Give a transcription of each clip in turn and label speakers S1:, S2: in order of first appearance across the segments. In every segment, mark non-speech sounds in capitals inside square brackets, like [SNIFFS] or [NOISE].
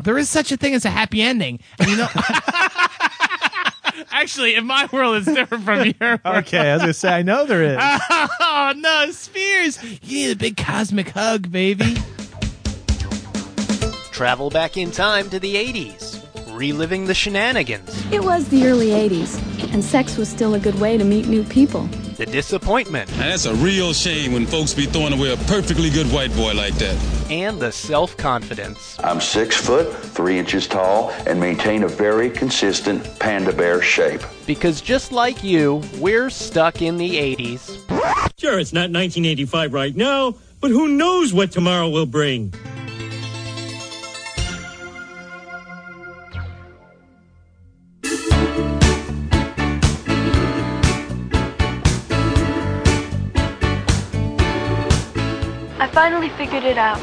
S1: There is such a thing as a happy ending. And you know, [LAUGHS]
S2: Actually, in my world, it's different from your.
S1: [LAUGHS]
S2: world.
S3: Okay, I was gonna say I know there is.
S2: Oh no, Spears!
S1: you need a big cosmic hug, baby.
S4: Travel back in time to the 80s, reliving the shenanigans,
S5: It was the early 80s, and sex was still a good way to meet new people.
S4: the disappointment,
S6: Now that's a real shame when folks be throwing away a perfectly good white boy like that.
S4: and the self confidence.
S7: I'm six foot, three inches tall, and maintain a very consistent panda bear shape.
S4: Because just like you, we're stuck in the 80s.
S8: Sure, it's not 1985 right now, but who knows what tomorrow will bring?
S9: I finally figured it out.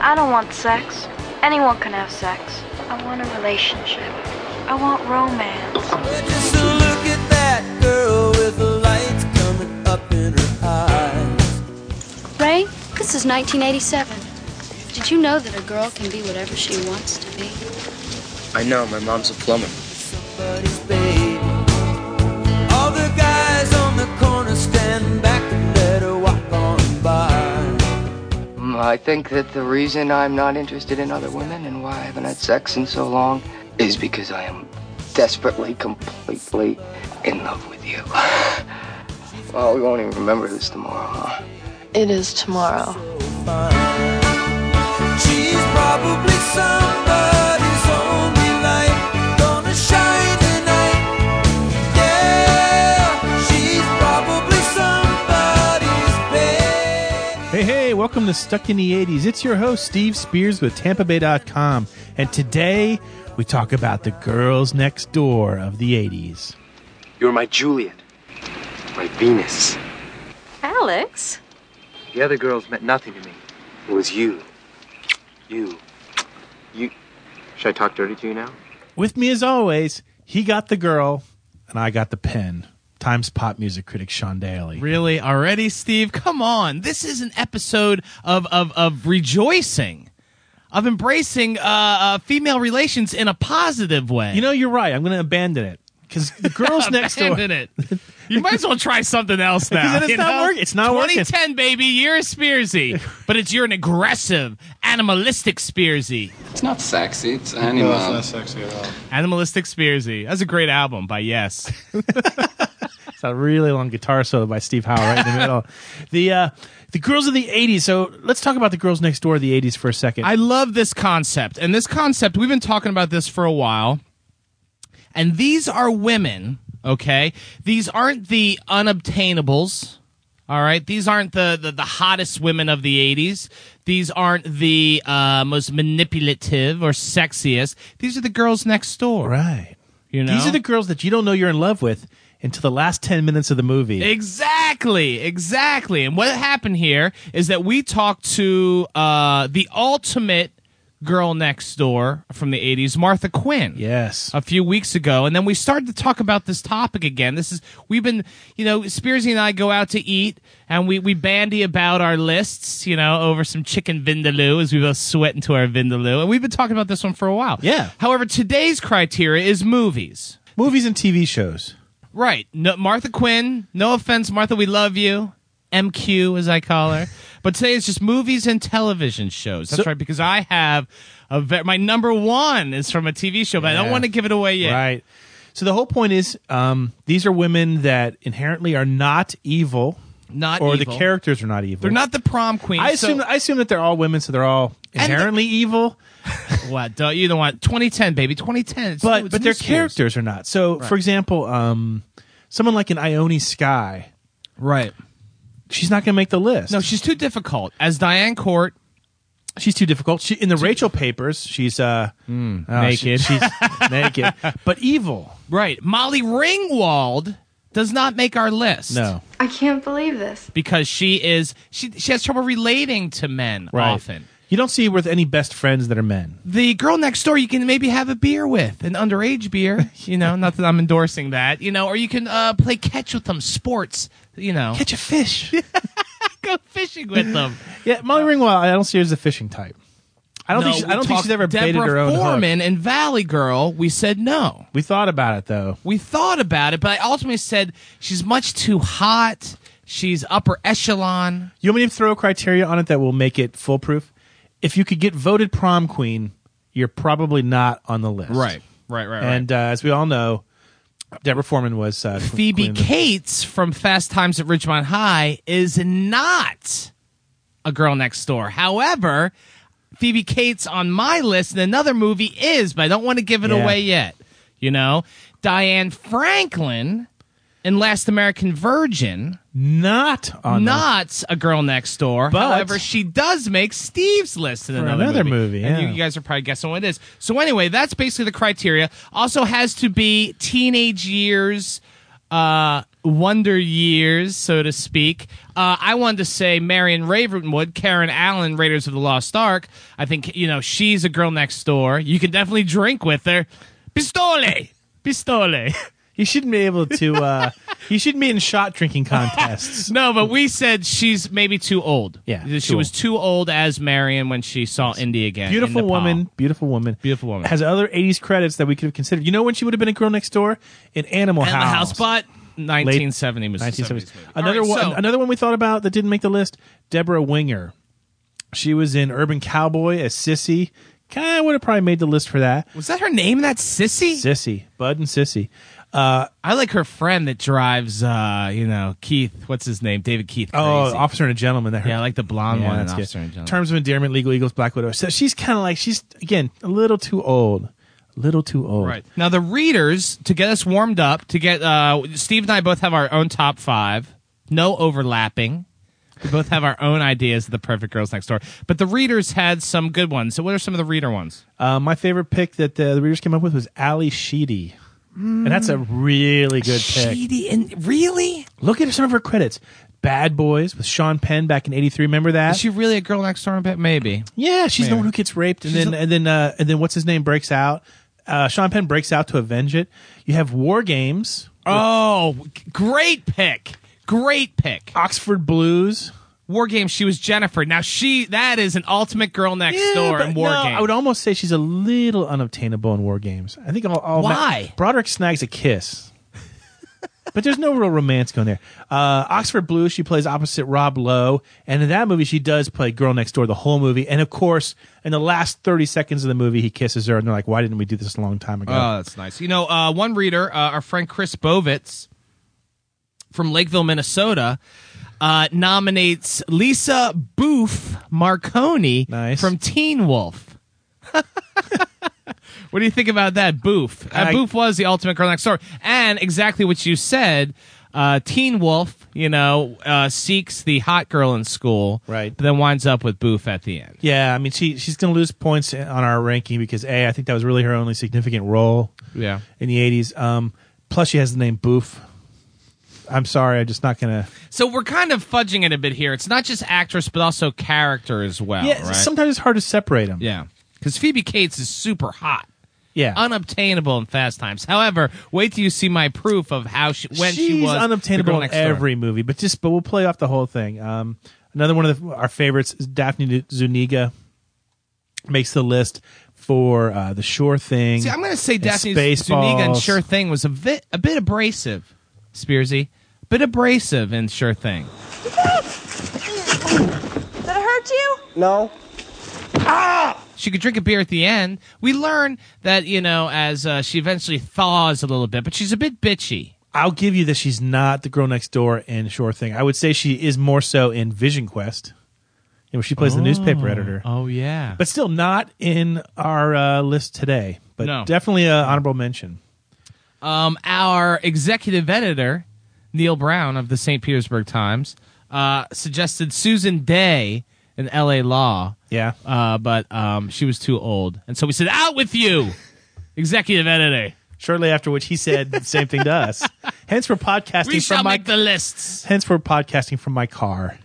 S9: I don't want sex. Anyone can have sex. I want a relationship. I want romance.
S5: Ray, this is 1987. Did you know that a girl can be whatever she wants to be?
S10: I know, my mom's a plumber. Mm, I think that the reason I'm not interested in other women and why I haven't had sex in so long is because I am desperately, completely in love with you. oh, we won't even remember this tomorrow, huh?
S9: It is tomorrow.
S3: Hey, hey, welcome to Stuck in the 80s. It's your host, Steve Spears with TampaBay.com. And today, we talk about the girls next door of the 80s.
S10: You're my Juliet, my Venus.
S9: Alex?
S10: The other girls meant nothing to me. It was you. You. You. Should I talk dirty to you now?
S3: With me, as always, he got the girl, and I got the pen. Times pop music critic Sean Daly.
S1: Really already, Steve? Come on. This is an episode of of of rejoicing, of embracing uh, uh female relations in a positive way.
S3: You know, you're right. I'm going to abandon it because
S1: [LAUGHS]
S3: the girls next door.
S1: Abandon it. You might as well try something else now.
S3: [LAUGHS] Because it's
S1: you
S3: not
S1: know?
S3: work- it's not working.
S1: 2010, baby. You're a Spearsy, but it's you're an aggressive, animalistic Spearsy.
S10: It's not sexy. It's animal.
S6: sexy at all.
S1: Animalistic Spearsy. That's a great album by Yes.
S3: It's a really long guitar solo by Steve Howe right in
S1: [LAUGHS]
S3: the middle. The uh, the girls of the 80s. So let's talk about the girls next door of the 80s for a second.
S1: I love this concept. And this concept, we've been talking about this for a while. And these are women, okay? These aren't the unobtainables. All right, these aren't the, the, the hottest women of the 80s. These aren't the uh, most manipulative or sexiest. These are the girls next door.
S3: right.
S1: You know?
S3: These are the girls that you don't know you're in love with until the last 10 minutes of the movie.
S1: Exactly, exactly. And what happened here is that we talked to uh, the ultimate girl next door from the 80s, Martha Quinn.
S3: yes.
S1: a few weeks ago, and then we started to talk about this topic again. This is we've been, you know, Spearsy and I go out to eat, and we we bandy about our lists, you know, over some chicken vindaloo as we both sweat into our vindaloo, and we've been talking about this one for a while.
S3: Yeah.
S1: However, today's criteria is movies.
S3: Movies and TV shows.
S1: Right. No, Martha Quinn. No offense, Martha. We love you. MQ, as I call
S3: [LAUGHS]
S1: her. but today it's just movies and television shows. That's
S3: So-
S1: right, because I have a ve- my number one is from a TV show, but I don't
S3: Yeah.
S1: want to give it away yet.
S3: Right. So the whole point is um, these are women that inherently are not evil.
S1: Not
S3: or
S1: evil.
S3: the characters are not evil.
S1: They're not the prom queen.
S3: I assume
S1: So,
S3: I assume that they're all women, so they're all
S1: the-
S3: inherently evil.
S1: what? Don't, you don't want 2010, baby. 2010. It's-
S3: But
S1: it's
S3: but their
S1: new Spears.
S3: characters are not. So for example, um, someone like an Ione Sky,
S1: Right.
S3: she's not going to make the list.
S1: No, she's too difficult. As Diane Court,
S3: she's too difficult. She, in the Rachel papers, she's uh, oh, she-
S1: naked.
S3: [LAUGHS] she's naked, but evil.
S1: right. Molly Ringwald does not make our list.
S3: No,
S9: I can't believe this.
S1: Because she is she she has trouble relating to men
S3: right.
S1: often.
S3: you don't see her with any best friends that are men.
S1: The girl next door you can maybe have a beer with, an underage beer, you know, not that I'm endorsing that, you know, or you can uh, play catch with them, sports, you
S3: [LAUGHS]
S1: know.
S3: Catch a fish.
S1: Go fishing with them.
S3: yeah, Molly Ringwald. I don't see her as a fishing type. I don't
S1: Uh, No,
S3: think she,
S1: we
S3: I don't think
S1: talked
S3: she's ever
S1: Deborah
S3: baited her own hook.
S1: Foreman and Valley Girl. We said no.
S3: We thought about it though.
S1: We thought about it, but I ultimately said she's much too hot. She's upper echelon.
S3: You want me to throw a criteria on it that will make it foolproof? If you could get voted prom queen, you're probably not on the list.
S1: right, right,
S3: And uh, as we all know, Deborah Foreman was uh,
S1: Phoebe
S3: queen of the-
S1: Cates from Fast Times at Ridgemont High is not a girl next door. However, Phoebe Cates on my list in another movie is, but I don't want to give it
S3: Yeah.
S1: away yet. You know, Diane Franklin in Last American Virgin,
S3: Not on the-
S1: not a girl next door.
S3: Oh, But-
S1: However, she does make Steve's list in
S3: For
S1: another,
S3: another movie,
S1: And
S3: yeah.
S1: you, you guys are probably guessing what it is. So anyway, that's basically the criteria. Also has to be teenage years, uh, wonder years, so to speak. Uh, I wanted to say Marion Ravenwood, Karen Allen, Raiders of the Lost Ark. I think you know she's a girl next door. You can definitely drink with her.
S3: [LAUGHS]
S1: Pistole, pistole.
S3: You shouldn't be able to. Uh, [LAUGHS] you shouldn't be in shot
S1: [LAUGHS]
S3: drinking contests.
S1: No, but we said she's maybe too old.
S3: Yeah,
S1: she
S3: too
S1: was
S3: old.
S1: too old as Marion when she saw India again.
S3: Beautiful
S1: in Nepal.
S3: woman, beautiful woman,
S1: Beautiful woman.
S3: Has other '80s credits that we could have considered. You know when she would have been a girl next door in Animal
S1: and the
S3: House.
S1: house bot. 1970 was
S3: 1970s.
S1: 1970s.
S3: Another one. another one we thought about that didn't make the list. Deborah Winger. She was in Urban Cowboy as Sissy. Kind of would have probably made the list for that.
S1: was that her name? That sissy.
S3: Sissy, Bud and Sissy.
S1: I like her friend that drives. uh, You know, Keith. What's his name? David Keith.
S3: Oh,
S1: Crazy.
S3: Officer and a Gentleman. That her
S1: yeah, I like the blonde one. in Officer and Gentleman.
S3: Terms of endearment, Legal Eagles, Black Widow. So she's kind of like she's again a little too old, a little too old.
S1: Right. Now, the readers, to get us warmed up, to get uh, Steve and I both have our own top five, no overlapping. We both have our own ideas of the perfect girls next door. But the readers had some good ones. So, what are some of the reader ones?
S3: Uh, my favorite pick that uh, the, the readers came up with was Ali Sheedy, and that's a really good pick.
S1: and really?
S3: Look at some of her credits. Bad Boys with Sean Penn back in '83. Remember that?
S1: Is she really a girl next door? Maybe.
S3: yeah, she's the one who gets raped, and then and then uh, and then what's his name breaks out. Uh, Sean Penn breaks out to avenge it. You have War Games,
S1: Oh, g- great pick. Great pick.
S3: Oxford Blues.
S1: War Games, she was Jennifer. Now, she, that is an ultimate girl next
S3: Yeah,
S1: door
S3: but
S1: in War
S3: no,
S1: Games.
S3: I would almost say she's a little unobtainable in war games. I think I'll, I'll
S1: Why?
S3: Broderick snags
S1: [LAUGHS]
S3: a kiss, but there's no real romance going there. Uh, Oxford Blue, she plays opposite Rob Lowe, and in that movie she does play girl next door the whole movie. And of course, in the last thirty seconds of the movie, he kisses her, and they're like, "Why didn't we do this a long time ago?"
S1: Oh, that's nice. You know, uh, one reader, uh, our friend Chris Bovitz from Lakeville, Minnesota, uh, nominates Lisa Boof Marconi
S3: Nice.
S1: from Teen Wolf. [LAUGHS] what do you think about that, Boof? Uh,
S3: I-
S1: Boof was the ultimate girl next door, and exactly what you said. Uh, Teen Wolf, you know, uh, seeks the hot girl in school,
S3: Right.
S1: But then winds up with Boof at the end.
S3: Yeah, I mean she she's going to lose points on our ranking because a I think that was really her only significant role.
S1: Yeah.
S3: in the '80s. Um, plus she has the name Boof. I'm sorry, I'm just not gonna.
S1: So we're kind of fudging it a bit here. It's not just actress, but also character as well.
S3: Yeah,
S1: right?
S3: Oh, sometimes it's hard to separate them.
S1: Yeah. Because Phoebe Cates is super hot,
S3: yeah.
S1: unobtainable in Fast Times. However, wait till you see my proof of how she when
S3: She's
S1: she was the
S3: unobtainable
S1: girl
S3: in
S1: next door.
S3: every movie, but just but we'll play off the whole thing. Um, another one of the, our favorites, is Daphne Zuniga, makes the list for uh, the Sure Thing.
S1: See, I'm going to say
S3: and
S1: Daphne Zuniga and
S3: Spaceballs.
S1: Sure Thing was a bit a bit abrasive, Spearsy. Bit abrasive in Sure Thing.
S11: Did it hurt you?
S1: Ah! She could drink a beer at the end. We learn that you know as uh, she eventually thaws a little bit, but she's a bit bitchy.
S3: I'll give you that she's not the girl next door in Sure Thing. I would say she is more so in Vision Quest, in which she plays the newspaper editor.
S1: Oh yeah,
S3: But still not in our uh, list today. But
S1: No.
S3: definitely an honorable mention.
S1: um, our executive editor, Neil Brown of the St. Petersburg Times, uh, suggested Susan Day in L.A. Law,
S3: Yeah.
S1: uh, but um, she was too old, and so we said, "Out with you, executive editor.
S3: Shortly after which he said the same thing
S1: [LAUGHS]
S3: to us. Hence we're podcasting
S1: We shall
S3: from my
S1: make the lists."
S3: hence we're podcasting from my car.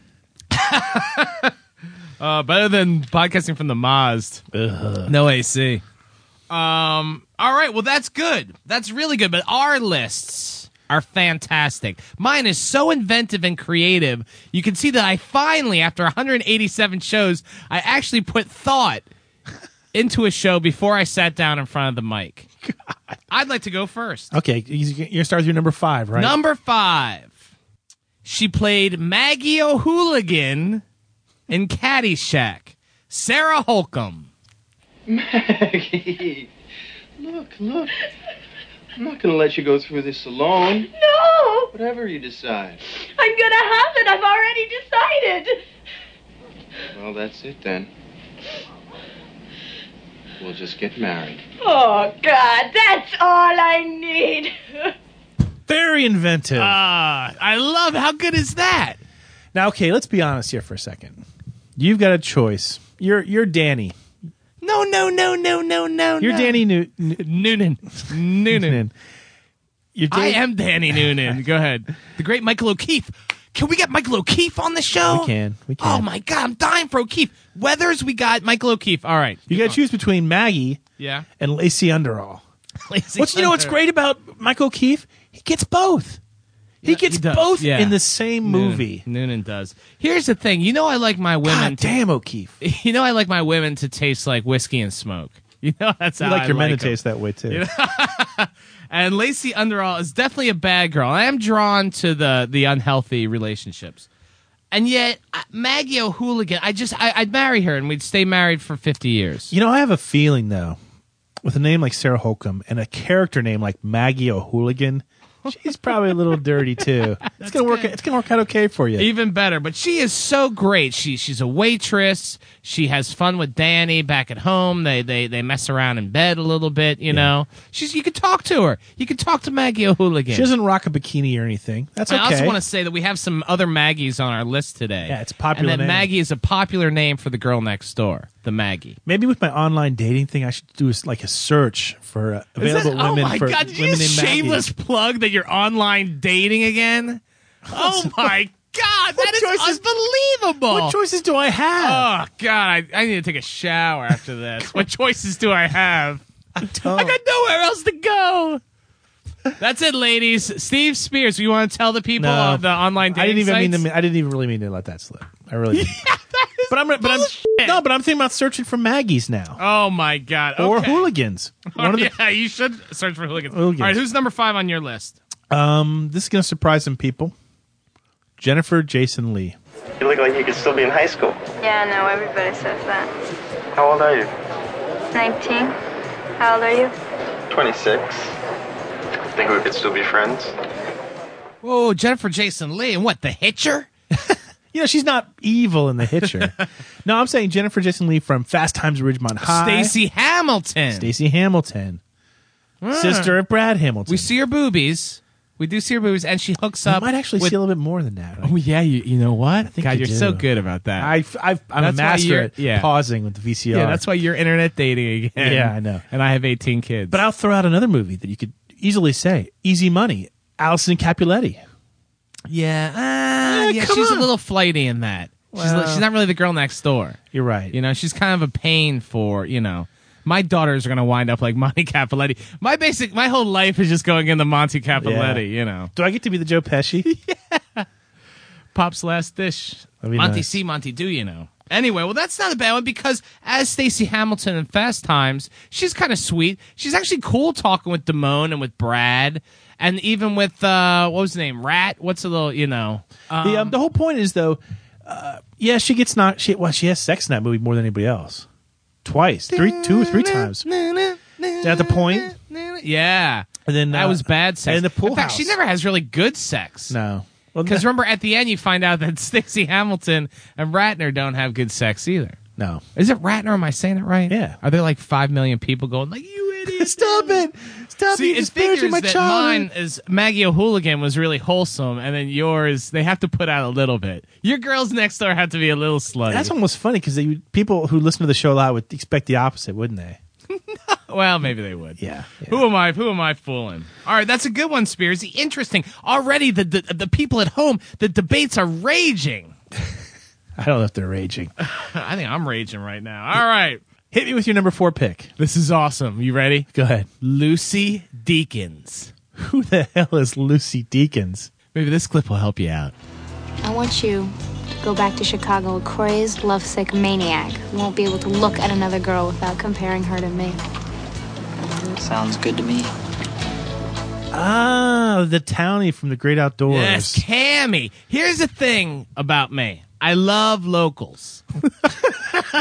S1: Uh, better than podcasting from the Mazd. No AC. Um. All right. Well, that's good. That's really good. But our lists are fantastic. Mine is so inventive and creative. You can see that I finally, after 187 shows, I actually put thought into a show before I sat down in front of the mic. I'd like to go first.
S3: Okay, you- you're gonna start with your number five, right?
S1: Number five. She played Maggie O'Hooligan in Caddyshack. Sarah Holcomb.
S11: Maggie, look, look. I'm not gonna let you go through this alone.
S12: No!
S11: Whatever you decide.
S12: I'm gonna have it. I've already decided.
S11: Well, that's it then. We'll just get married.
S12: Oh, God, that's all I need. [LAUGHS]
S3: Very inventive.
S1: Ah, I love how good is that.
S3: Now, okay, let's be honest here for a second. You've got a choice. You're you're Danny.
S1: No, no, no, no, no, no.
S3: You're
S1: no.
S3: Danny New-
S1: Noonan. Noonan.
S3: You're
S1: I
S3: Dan-
S1: am Danny Noonan. Go ahead. The great Michael O'Keefe. Can we get Michael O'Keefe on the show?
S3: We can. We can.
S1: Oh my God, I'm dying for O'Keefe. Weathers, we got Michael O'Keefe. All right. Oh,
S3: You got to choose between Maggie
S1: Yeah.
S3: and Lacey Underall.
S1: Lacey
S3: what's you know what's
S1: Underall.
S3: great about Michael O'Keefe? He gets both. He gets both
S1: yeah.
S3: in the
S1: [LAUGHS]
S3: same
S1: Noonan.
S3: movie.
S1: Noonan does. Here's the thing. You know I like my women.
S3: God damn O'Keefe.
S1: [LAUGHS] You know I like my women to taste like whiskey and smoke. You know that's
S3: You
S1: how
S3: like
S1: I
S3: your men
S1: like
S3: to taste that way too.
S1: And Lacey Underall is definitely a bad girl. I am drawn to the the unhealthy relationships. And yet I- Maggie O'Hooligan, I just I, I'd marry her and we'd stay married for 50 years.
S3: You know, I have a feeling though, with a name like Sarah Holcomb and a character name like Maggie O'Hooligan, she's probably a little
S1: [LAUGHS]
S3: dirty too. It's gonna work. It's gonna work out okay for you.
S1: Even better, but she is so great. She she's a waitress. She has fun with Danny back at home. They they they mess around in bed a little bit. You know, she's you can talk to her. You can talk to Maggie O'Hooligan.
S3: She doesn't rock a bikini or anything. That's okay.
S1: I also want to say that we have some other Maggies on our list today.
S3: Yeah, it's a popular
S1: And that
S3: name.
S1: Maggie is a popular name for the girl next door, the Maggie.
S3: Maybe with my online dating thing, I should do is like a search for uh, available
S1: Is that-
S3: women
S1: oh my
S3: for
S1: God, did you
S3: women
S1: just
S3: named Maggie.
S1: shameless plug that you're online dating
S3: [LAUGHS]
S1: again? Oh my God,
S3: What
S1: that is
S3: choices-
S1: unbelievable.
S3: What choices do I have?
S1: Oh God, I, I need to take a shower after
S3: [LAUGHS]
S1: this. what choices do I have?
S3: I don't.
S1: Oh, I got nowhere else to go. That's it, ladies. Steve Spears, you want to tell the people
S3: No.
S1: on the online dating
S3: I didn't even
S1: sites?
S3: mean to. I didn't even really mean to let that slip.
S1: [LAUGHS]
S3: I really. didn't. but I'm. But I'm. No, but I'm thinking about searching for Maggie's now
S1: Oh my God!
S3: or
S1: Okay. [LAUGHS] Oh,
S3: hooligans. One of the
S1: yeah, you should search for hooligans.
S3: Hooligans.
S1: All right, who's number five on your list?
S3: Um, this is gonna surprise some people. Jennifer Jason Lee.
S13: You look like you could still be in high school.
S9: Yeah, I know. Everybody says that.
S13: How old are you?
S9: 19. How old are you?
S13: 26. Think we could still be friends?
S1: Whoa, Jennifer Jason Lee, and what the Hitcher?
S3: You know she's not evil in
S1: [LAUGHS]
S3: the Hitcher. no, I'm saying Jennifer Jason Lee from Fast Times at Ridgemont High.
S1: Stacy Hamilton,
S3: Stacy Hamilton, sister of Brad Hamilton.
S1: Hmm. We see her boobies. We do see her boobies, and she hooks
S3: I
S1: up.
S3: might actually
S1: with-
S3: see a little bit more than that.
S1: Oh yeah, you you know what?
S3: think I
S1: God, you're so
S3: do.
S1: good about that.
S3: I, I, I'm a
S1: That's why
S3: master
S1: you're-
S3: at
S1: yeah.
S3: pausing with the VCR.
S1: yeah, that's why you're internet dating again.
S3: Yeah, I know.
S1: And I have 18 kids.
S3: But I'll throw out another movie that you could easily say Easy Money, Allison Capuletti.
S1: yeah, ah,
S3: Yeah,
S1: yeah,
S3: come
S1: she's
S3: on.
S1: a little flighty in that. She's
S3: Well-
S1: li- she's not really the girl next door.
S3: You're right.
S1: You know, she's kind of a pain for, you know, my daughters are going to wind up like [LAUGHS] Monty Capoletti. My basic, my whole life is just going into Monty Capoletti,
S3: Yeah.
S1: you know.
S3: Do I get to be the
S1: [LAUGHS]
S3: Joe Pesci?
S1: Pop's last dish.
S3: That'd be
S1: Monty
S3: nice.
S1: see, Monty do, you know. Anyway, well, that's not a bad one because as Stacey Hamilton in Fast Times, she's kind of sweet. She's actually cool talking with Damone and with Brad and even with, uh, what was his name? Rat? What's a little, you know. Um,
S3: the, um, the whole point is though, uh, yeah, she gets knocked. She well, she has sex in that movie more than anybody else. Twice, three, two or three times. At the point,
S1: yeah.
S3: and then
S1: That
S3: uh,
S1: was bad sex.
S3: And the pool
S1: In fact,
S3: house.
S1: she never has really good sex.
S3: No,
S1: Because remember, at the end, you find out that [LAUGHS] Stacey Hamilton and Ratner don't have good sex either.
S3: no.
S1: Is it Ratner? Am I saying it right?
S3: Yeah.
S1: Are there like five million people going like you idiot?
S3: Stop it! Stop
S1: See,
S3: it! You
S1: it
S3: just buried
S1: figures
S3: my
S1: that
S3: child.
S1: mine is Maggie O'Hooligan was really wholesome, and then yours they have to put out a little bit. Your girls next door have to be a little slutty.
S3: That's almost funny because people who listen to the show a lot would expect the opposite, wouldn't they?
S1: well, maybe they would.
S3: Yeah. yeah.
S1: Who am I? Who am I fooling? All right, that's a good one, Spears. Interesting. Already, the the, the people at home, the debates are raging. [LAUGHS]
S3: I don't know if they're raging.
S1: I think I'm raging right now. All right,
S3: Hit me with your number four pick.
S1: this is awesome. You ready?
S3: Go ahead.
S1: Lucy Deacons.
S3: Who the hell is Lucy Deacons?
S1: Maybe this clip will help you out.
S5: I want you
S14: go back to Chicago a crazed, lovesick maniac who won't be able to look at another girl without comparing her to me.
S15: Sounds good to me.
S3: Ah, the townie from the great outdoors.
S1: Yes, Cammy. Here's the thing about me. I love locals.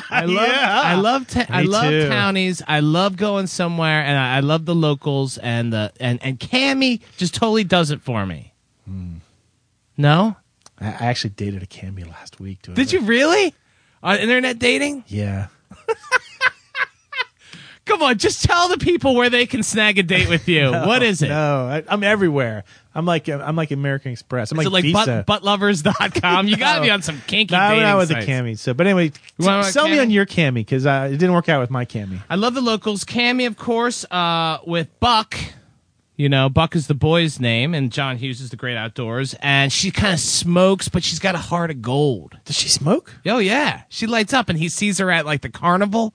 S1: I love I love ta- I
S3: Ah, Me
S1: love
S3: too.
S1: townies. I love going somewhere and I, I love the locals and the and and Cammy just totally does it for me.
S3: Hmm.
S1: No?
S3: I I actually dated a Cammy last week. Dude.
S1: Did you really? On internet dating?
S3: Yeah.
S1: Come on, just tell the people where they can snag a date with you.
S3: [LAUGHS] No,
S1: what is it?
S3: No, Oh, I, I'm everywhere. I'm like I'm like American Express. I'm
S1: Is
S3: like
S1: it like
S3: Visa.
S1: butt, buttlovers.com? You got to be on some kinky
S3: No,
S1: dating
S3: [LAUGHS] not with
S1: sites.
S3: the cami. So, but anyway,
S1: want my
S3: sell me
S1: Cammy?
S3: on your cami because uh, it didn't work out with my cami.
S1: I love the locals. Cammy, of course, uh, with Buck. You know, Buck is the boy's name, and John Hughes is the great outdoors. And she kind of smokes, but she's got a heart of gold.
S3: Does she smoke?
S1: Oh yeah, she lights up, and he sees her at like the carnival,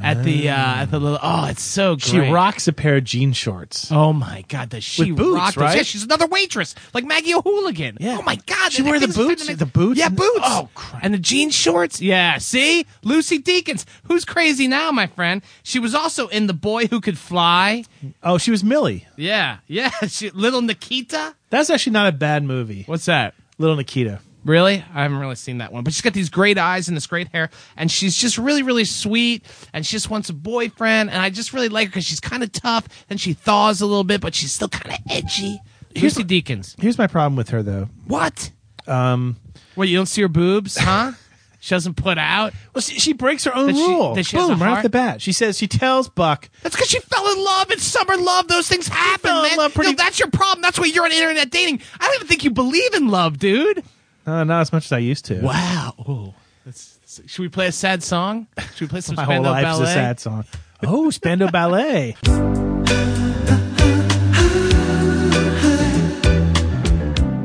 S1: at the uh, at the little. Oh, it's so great.
S3: She rocks a pair of jean shorts.
S1: Oh my god, does she
S3: With boots,
S1: rock those-
S3: right?
S1: Yeah, she's another waitress, like Maggie O'Hooligan. Yeah. Oh my god,
S3: She
S1: that
S3: wear the
S1: thing's starting
S3: boots?
S1: to
S3: The boots?
S1: Yeah, boots. Oh crap. And the jean shorts. Yeah. See, Lucy Deacons. Who's crazy now, my friend? She was also in The Boy Who Could Fly.
S3: Oh, she was Millie.
S1: Yeah, yeah. [LAUGHS] She, little Nikita.
S3: That's actually not a bad movie.
S1: What's that?
S3: Little Nikita.
S1: Really? I haven't really seen that one. But she's got these great eyes and this great hair, and she's just really, really sweet, and she just wants a boyfriend, and I just really like her because she's kind of tough, and she thaws a little bit, but she's still kind of edgy. Lucy Deacons.
S3: Here's my problem with her though.
S1: What?
S3: Um,
S1: Wait, you don't see her boobs, [LAUGHS] huh? she doesn't put out.
S3: Well, she, she breaks her own
S1: That she-
S3: rule.
S1: that she has
S3: Boom!
S1: a
S3: right off
S1: heart?
S3: the bat, she says she tells Buck.
S1: That's because she fell in love. It's summer love. Those things happen, man. no, that's your problem. That's why you're on internet dating. I don't even think you believe in love, dude.
S3: Uh, not as much as I used to.
S1: Wow. Ooh. That's, should we play a sad song? Should we play [LAUGHS] some
S3: My whole
S1: Spandau
S3: life's
S1: Ballet?
S3: a sad song. Oh, Spando Ballet.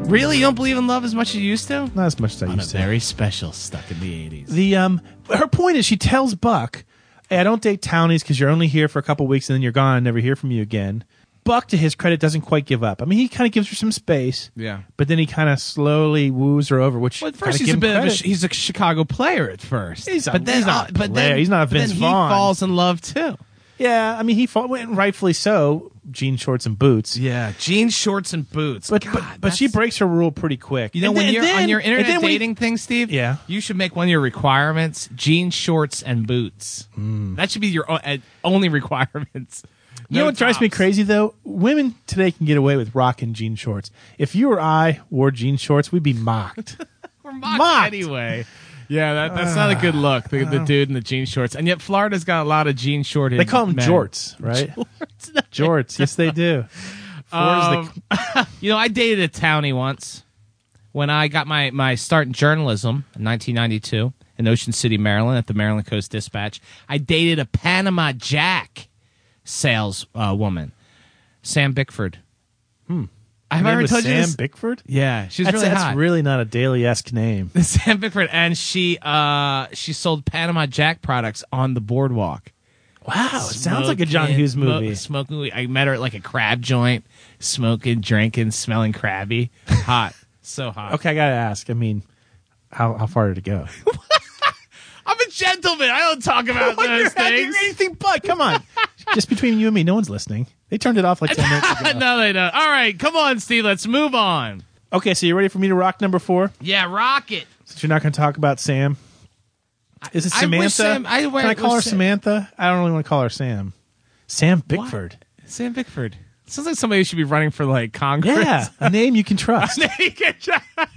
S1: Really, you don't believe in love as much as you used to?
S3: Not as much as I used to.
S1: Very special stuck in the '80s.
S3: The um, her point is she tells Buck, "Hey, I don't date townies because you're only here for a couple weeks and then you're gone. I never hear from you again." Buck, to his credit, doesn't quite give up. I mean, he kind of gives her some space,
S1: Yeah.
S3: but then he kind of slowly woos her over. Which
S1: Well, at
S3: gotta
S1: first
S3: give
S1: he's a
S3: him
S1: bit of a,
S3: credit.
S1: sh- he's a Chicago player at first.
S3: He's a-
S1: but then,
S3: he's not a
S1: uh, but then
S3: player. He's not a
S1: but then
S3: Vince
S1: he
S3: Vaughn.
S1: falls in love too.
S3: yeah. I mean, he fought, went rightfully so, jean shorts and boots.
S1: Yeah, jeans, shorts, and boots.
S3: But but, but she breaks her rule pretty quick.
S1: You know,
S3: And
S1: when
S3: then-
S1: you're
S3: and
S1: on
S3: then-
S1: your
S3: and
S1: internet
S3: then when-
S1: dating thing, Steve,
S3: Yeah.
S1: you should make one of your requirements jeans, shorts, and boots. That should be your o- uh, only [LAUGHS] requirements.
S3: Mm. You know what drives me crazy though? Women today can get away with rocking jean shorts. If you or I wore jean shorts, we'd be mocked. [LAUGHS]
S1: We're mocked,
S3: Mocked. Ah,
S1: anyway. Yeah, that, that's not a good look. The, the dude in the jean shorts, and yet Florida's got a lot of jean shorted.
S3: They call them
S1: men.
S3: [LAUGHS] jorts, right?
S1: [LAUGHS] Jorts.
S3: Jorts. Yes, they do. Four is the-
S1: Um, you know, I dated a townie once when I got my, my start in journalism in 1992 in Ocean City, Maryland, at the Maryland Coast Dispatch. I dated a Panama Jack sales uh, woman, Sam Bickford. Hmm. Have I
S3: Her name
S1: ever
S3: was
S1: told you
S3: Sam
S1: this?
S3: Bickford?
S1: Yeah, she's
S3: that's,
S1: really
S3: that's
S1: hot.
S3: really not a daily esque name.
S1: [LAUGHS] Sam Bickford, and she uh, she sold Panama Jack products on the boardwalk.
S3: Wow, it sounds like a John Hughes
S1: Smoking-
S3: movie.
S1: mo- Smoking, weed. I met her at like a crab joint, smoking, drinking, smelling crabby. Hot, so hot.
S3: Okay, I gotta ask. I mean, how how far did it [LAUGHS] go?
S1: I'm a gentleman. I don't talk [LAUGHS] about
S3: What
S1: those
S3: the heck?
S1: things.
S3: Anything but. Come on. [LAUGHS] Just between you and me, no one's listening. They turned it off like ten minutes
S1: [LAUGHS]
S3: ago.
S1: no, they don't. All right, come on, Steve. Let's move on.
S3: Okay, so you ready for me to rock number four?
S1: Yeah, rock it.
S3: Since you're not gonna talk about Sam. Is it
S1: I
S3: Samantha?
S1: wish Sam- I
S3: Can
S1: wish-
S3: I call her
S1: wish Sam-
S3: Samantha? I don't really want to call her Sam. Sam Bickford.
S1: Sam Bickford sounds like somebody who should be running for like Congress. [LAUGHS]
S3: Yeah, a name you can trust.
S1: All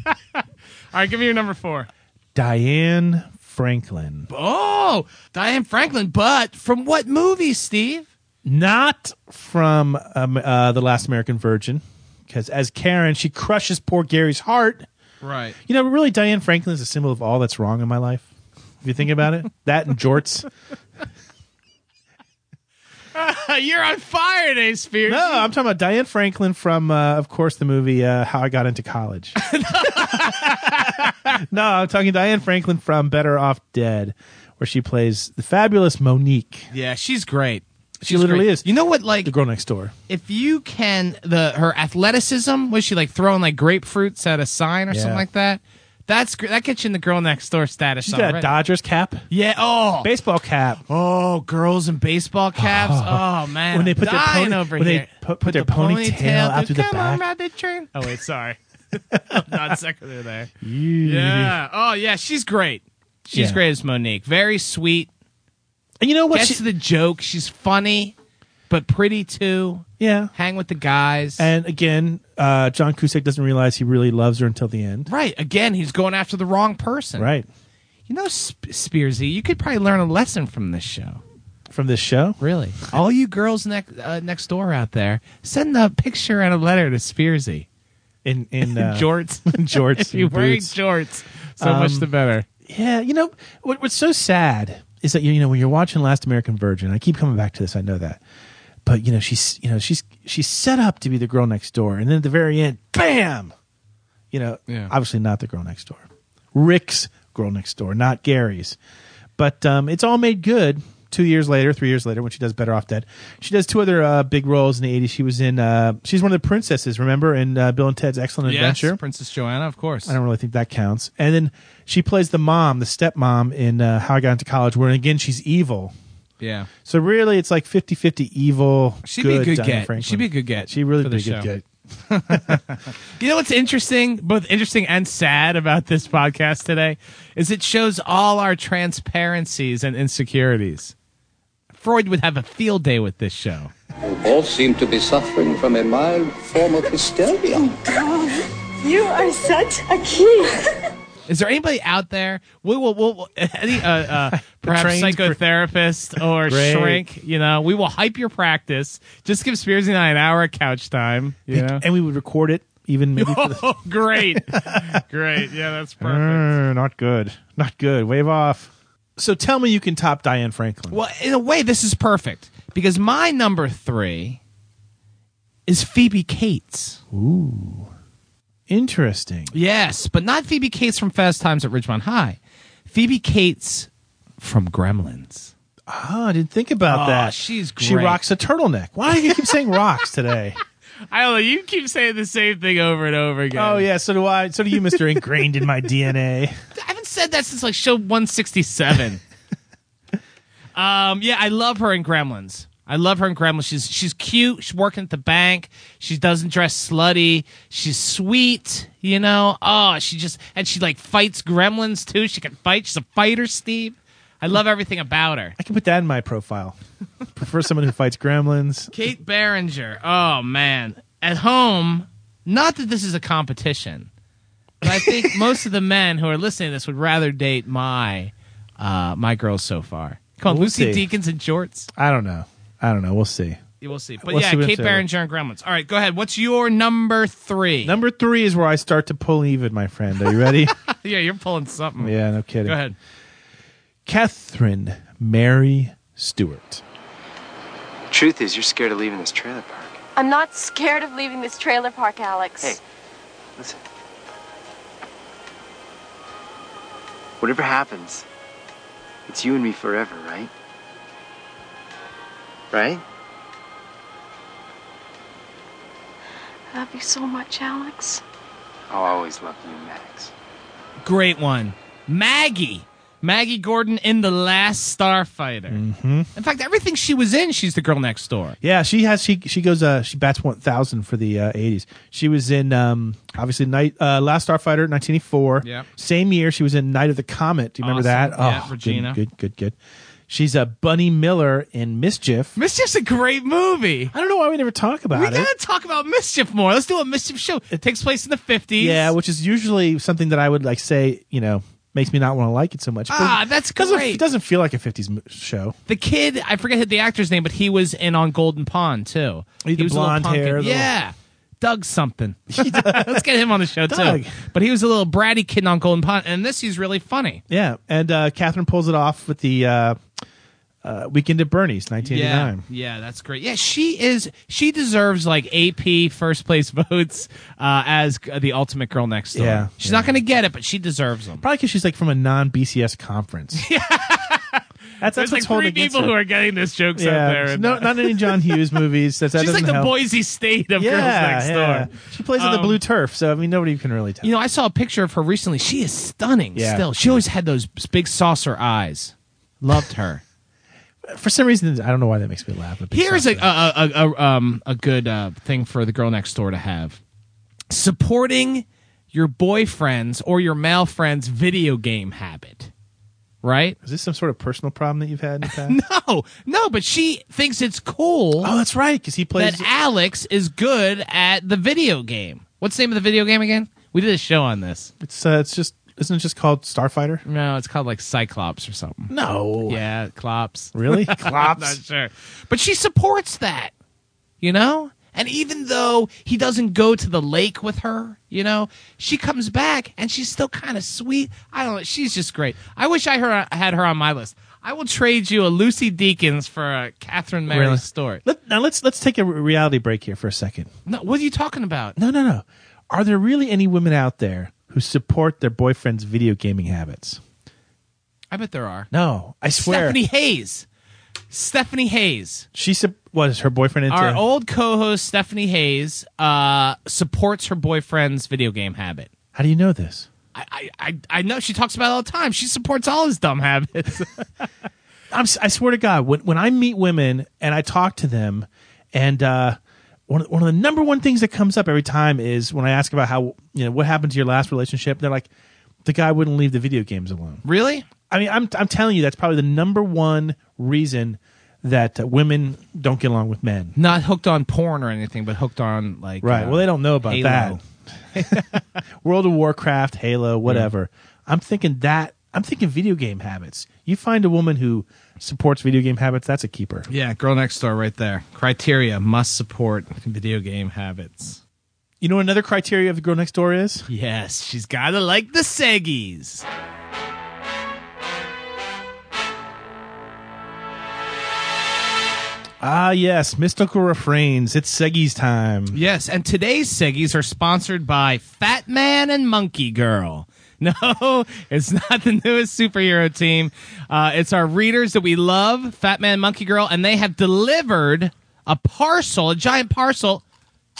S1: right, give me your number four.
S3: Diane Franklin.
S1: Oh, Diane Franklin, but from what movie, Steve?
S3: Not from um, uh, The Last American Virgin, because as Karen, she crushes poor Gary's heart.
S1: Right.
S3: You know, really, Diane Franklin is a symbol of all that's wrong in my life. If you think
S1: [LAUGHS]
S3: about it, that and jorts.
S1: [LAUGHS] You're on fire today, Spears.
S3: No, I'm talking about Diane Franklin from, uh, of course, the movie uh, How I Got
S1: [LAUGHS]
S3: Into College. no, I'm talking Diane Franklin from Better Off Dead, where she plays the fabulous Monique.
S1: Yeah, she's great.
S3: She
S1: She's
S3: literally
S1: great.
S3: is.
S1: You know what? Like
S3: The girl next door.
S1: if you can the her athleticism was she like throwing like grapefruits at a sign or
S3: Yeah.
S1: something like that That's gr- that gets you in the girl next door status.
S3: She's got a
S1: already.
S3: Dodgers cap.
S1: Yeah. Oh,
S3: baseball cap.
S1: Oh, girls in baseball
S3: [LAUGHS]
S1: caps. Oh man,
S3: when they put their
S1: I'm dying
S3: pony,
S1: over
S3: when
S1: here.
S3: they pu- put, their ponytail, out through the
S1: come on,
S3: back.
S1: ride the train. Oh wait, [LAUGHS] sorry, not secular there.
S3: Yeah.
S1: Yeah. Oh yeah, she's great. She's
S3: Yeah.
S1: great as Monique. Very sweet.
S3: And you know what?
S1: Gets to the joke. She's funny, but pretty too.
S3: Yeah.
S1: Hang with the guys.
S3: And again, uh, John Cusack doesn't realize he really loves her until the end.
S1: right. Again, he's going after the wrong person.
S3: Right.
S1: You know, Sp- Spearsy, you could probably learn a lesson from this show.
S3: From this show?
S1: Really? All you girls next uh, next door out there, send a picture and a letter to Spearsy.
S3: In
S1: [LAUGHS]
S3: in uh, [LAUGHS]
S1: jorts,
S3: in jorts
S1: if you're
S3: and
S1: wearing
S3: boots.
S1: jorts, so much
S3: Um,
S1: the better.
S3: Yeah, you know what, what's so sad is that you know when you're watching Last American Virgin, I keep coming back to this. I know that, but you know she's you know she's she's set up to be the girl next door, and then at the very end, bam, you know, obviously not the girl next door, Rick's girl next door, not Gary's, but um, it's all made good. Two years later, three years later, when she does Better Off Dead, she does two other uh, big roles in the '80s. She was in uh, she's one of the princesses, remember, in uh, Bill and Ted's Excellent Adventure.
S1: Yes, Princess Joanna, of course.
S3: I don't really think that counts. And then she plays the mom, the stepmom in uh, How I Got Into College, where again she's evil.
S1: yeah,
S3: So really, it's like 50-50 evil.
S1: she'd
S3: good
S1: be a good
S3: Diane
S1: get.
S3: Franklin.
S1: She'd be a good get.
S3: She really
S1: for
S3: be a
S1: the
S3: good
S1: show.
S3: get.
S1: You know what's interesting, both interesting and sad about this podcast today, is it shows all our transparencies and insecurities. Freud would have a field day with this show.
S16: All seem to be suffering from a mild form of hysteria.
S12: You are such a kid.
S1: Is there anybody out there? We will, we'll, we'll- any uh, [LAUGHS] uh, perhaps
S2: Trained
S1: psychotherapist or
S2: Great.
S1: shrink. You know, we will hype your practice. Just give Spears and I an hour of couch time. You know,
S3: And we would record it
S1: [LAUGHS]
S3: even maybe. for the-
S1: oh, great, [LAUGHS] great. Yeah, that's perfect.
S3: Uh, not good. Not good. Wave off. So tell me you can top Diane Franklin.
S1: Well, in a way, this is perfect because my number three is Phoebe Cates.
S3: Ooh. Interesting.
S1: Yes, but not Phoebe Cates from Fast Times at Ridgemont High. Phoebe Cates from Gremlins.
S3: Oh, I didn't think
S1: Oh,
S3: about that.
S1: she's
S3: She
S1: great.
S3: rocks a turtleneck. Why do you keep saying
S1: [LAUGHS]
S3: rocks today?
S1: I don't know. You keep saying the same thing over and over again.
S3: Oh yeah, so do I. So do you, Mister Ingrained in my DNA.
S1: I haven't said that since like show 167. um, yeah, I love her in Gremlins. I love her in Gremlins. She's she's cute. She's working at the bank. She doesn't dress slutty. She's sweet. You know. Oh, she just and she like fights Gremlins too. She can fight. She's a fighter, Steve. I love everything about her.
S3: I can put that in my profile. Prefer someone who fights gremlins.
S1: Kate Barringer. Oh man, at home. Not that this is a competition, but I
S3: [LAUGHS]
S1: think most of the men who are listening to this would rather date my uh, my girls so far. Come on,
S3: We'll
S1: Lucy
S3: see.
S1: Deacons and jorts.
S3: I don't know. I don't know. We'll see.
S1: Yeah, We'll see. But
S3: We'll
S1: yeah,
S3: see what
S1: Kate
S3: they-
S1: Barringer and Gremlins. All right, go ahead. What's your number three?
S3: Number three is where I start to pull even, my friend. Are you ready?
S1: [LAUGHS] yeah, you're pulling something.
S3: yeah, no kidding.
S1: Go ahead.
S3: Catherine Mary Stewart.
S17: Truth is, you're scared of leaving this trailer park.
S18: I'm not scared of leaving this trailer park, Alex.
S17: Hey, listen. Whatever happens, it's you and me forever, right? Right?
S9: I love you so much, Alex.
S17: I'll always love you, Max.
S1: Great one, Maggie. Maggie Gordon in the Last Starfighter.
S3: Mm-hmm.
S1: In fact, everything she was in, she's the girl next door.
S3: Yeah, she has. She she goes. Uh, she bats one thousand for the uh, eighties. she was in um, obviously night uh, Last Starfighter, nineteen eighty four.
S1: Yep.
S3: Same year she was in Night of the Comet. Do you remember
S1: Awesome.
S3: that? Oh,
S1: Yeah,
S3: good,
S1: Regina.
S3: Good, good, good. She's a Bunny Miller in Mischief.
S1: Mischief's a great movie.
S3: I don't know why we never talk about
S1: we
S3: it.
S1: gotta talk about mischief more. Let's do a mischief show. It takes place in the fifties.
S3: Yeah, which is usually something that I would like say, you know, makes me not want to like it so much. But
S1: Ah, that's
S3: it doesn't,
S1: great.
S3: It doesn't feel like a 50s m- show.
S1: the kid I forget the actor's name, but he was in on Golden Pond too.
S3: He had the
S1: was a little
S3: blonde
S1: pumpkin.
S3: hair, the
S1: yeah, Doug
S3: [LAUGHS]
S1: something. [LAUGHS] Let's get him on the show
S3: Doug.
S1: too. But he was a little bratty kid on Golden Pond, and this he's really funny.
S3: Yeah, and uh, Catherine pulls it off with the uh, uh, Weekend at Bernie's,
S1: Yeah,
S3: 1989.
S1: yeah, that's great. Yeah, she is. She deserves like AP first place [LAUGHS] votes uh, as g- the ultimate girl next door.
S3: Yeah,
S1: she's not gonna get it, but she deserves them. [LAUGHS]
S3: Probably because she's like from a non BCS conference. That's,
S1: There's
S3: that's what's
S1: like three
S3: holding
S1: people
S3: against
S1: who
S3: her.
S1: are getting this jokes out there.
S3: there's No, not
S1: [LAUGHS]
S3: any John Hughes movies. That's, that
S1: She's like
S3: doesn't
S1: the
S3: help.
S1: Boise State of
S3: yeah,
S1: Girls Next
S3: yeah.
S1: Door.
S3: She plays on the
S1: Um,
S3: blue turf, so I mean nobody can really tell.
S1: You know, I saw a picture of her recently. She is stunning
S3: Yeah.
S1: still. She always had those big saucer eyes. Loved
S3: [LAUGHS]
S1: her.
S3: For some reason, I don't know why that makes me laugh. But
S1: Here's a, a, a, a, um, a good uh, thing for the girl next door to have supporting your boyfriend's or your male friend's video game habit,
S3: [LAUGHS]
S1: right?
S3: Is this some sort of personal problem that you've had in the past?
S1: No, no, but she thinks it's cool.
S3: Oh, that's right, because he plays-
S1: That Alex is good at the video game. What's the name of the video game again? We did a show on this.
S3: It's uh, it's just isn't it just called Starfighter?
S1: No, it's called like Cyclops or something.
S3: No.
S1: Yeah, Clops. [LAUGHS]
S3: Really?
S1: Clops? Not sure. But she supports that, you know? And even though he doesn't go to the lake with her, you know, she comes back and she's still kind of sweet. I don't know. She's just great. I wish I her, had her on my list. I will trade you a Lucy Deakins for a Catherine Mary
S3: Really?
S1: Stewart.
S3: Let, now let's let's take a re- reality break here for a second.
S1: No, what are you talking about?
S3: No, no, no. Are there really any women out there who support their boyfriend's video gaming habits?
S1: I bet there are.
S3: No, I swear.
S1: Stephanie Hayes. Stephanie Hayes.
S3: She sup- was her boyfriend into
S1: Our old co-host Stephanie Hayes uh, supports her boyfriend's video game habit.
S3: How do you know this?
S1: I, I, I- I know she talks about it all the time. She supports all his dumb
S3: [LAUGHS]
S1: habits.
S3: I'm, s- I swear to God, when when I meet women and I talk to them, and uh, one of- one of the number one things that comes up every time is when I ask about how you know what happened to your last relationship, they're like, the guy wouldn't leave the video games alone.
S1: Really?
S3: I mean, I'm I'm telling you, that's probably the number one reason that uh, women don't get along with men.
S1: Not hooked on porn or anything, but hooked on like
S3: Right.
S1: uh,
S3: well, they don't know about
S1: Halo.
S3: that. [LAUGHS] World of Warcraft, Halo, whatever. I'm thinking that. I'm thinking video game habits. You find a woman who supports video game habits, that's a keeper.
S1: Yeah, girl next door, right there. Criteria must support video game habits.
S3: You know what another criteria of the girl next door is?
S1: Yes, she's gotta like the Seggies.
S3: Ah, yes, mystical refrains. It's Seggy's time.
S1: Yes, and today's Seggies are sponsored by Fat Man and Monkey Girl. [LAUGHS] No, it's not the newest superhero team. Uh, it's our readers that we love, Fat Man and Monkey Girl, and they have delivered a parcel, a giant parcel.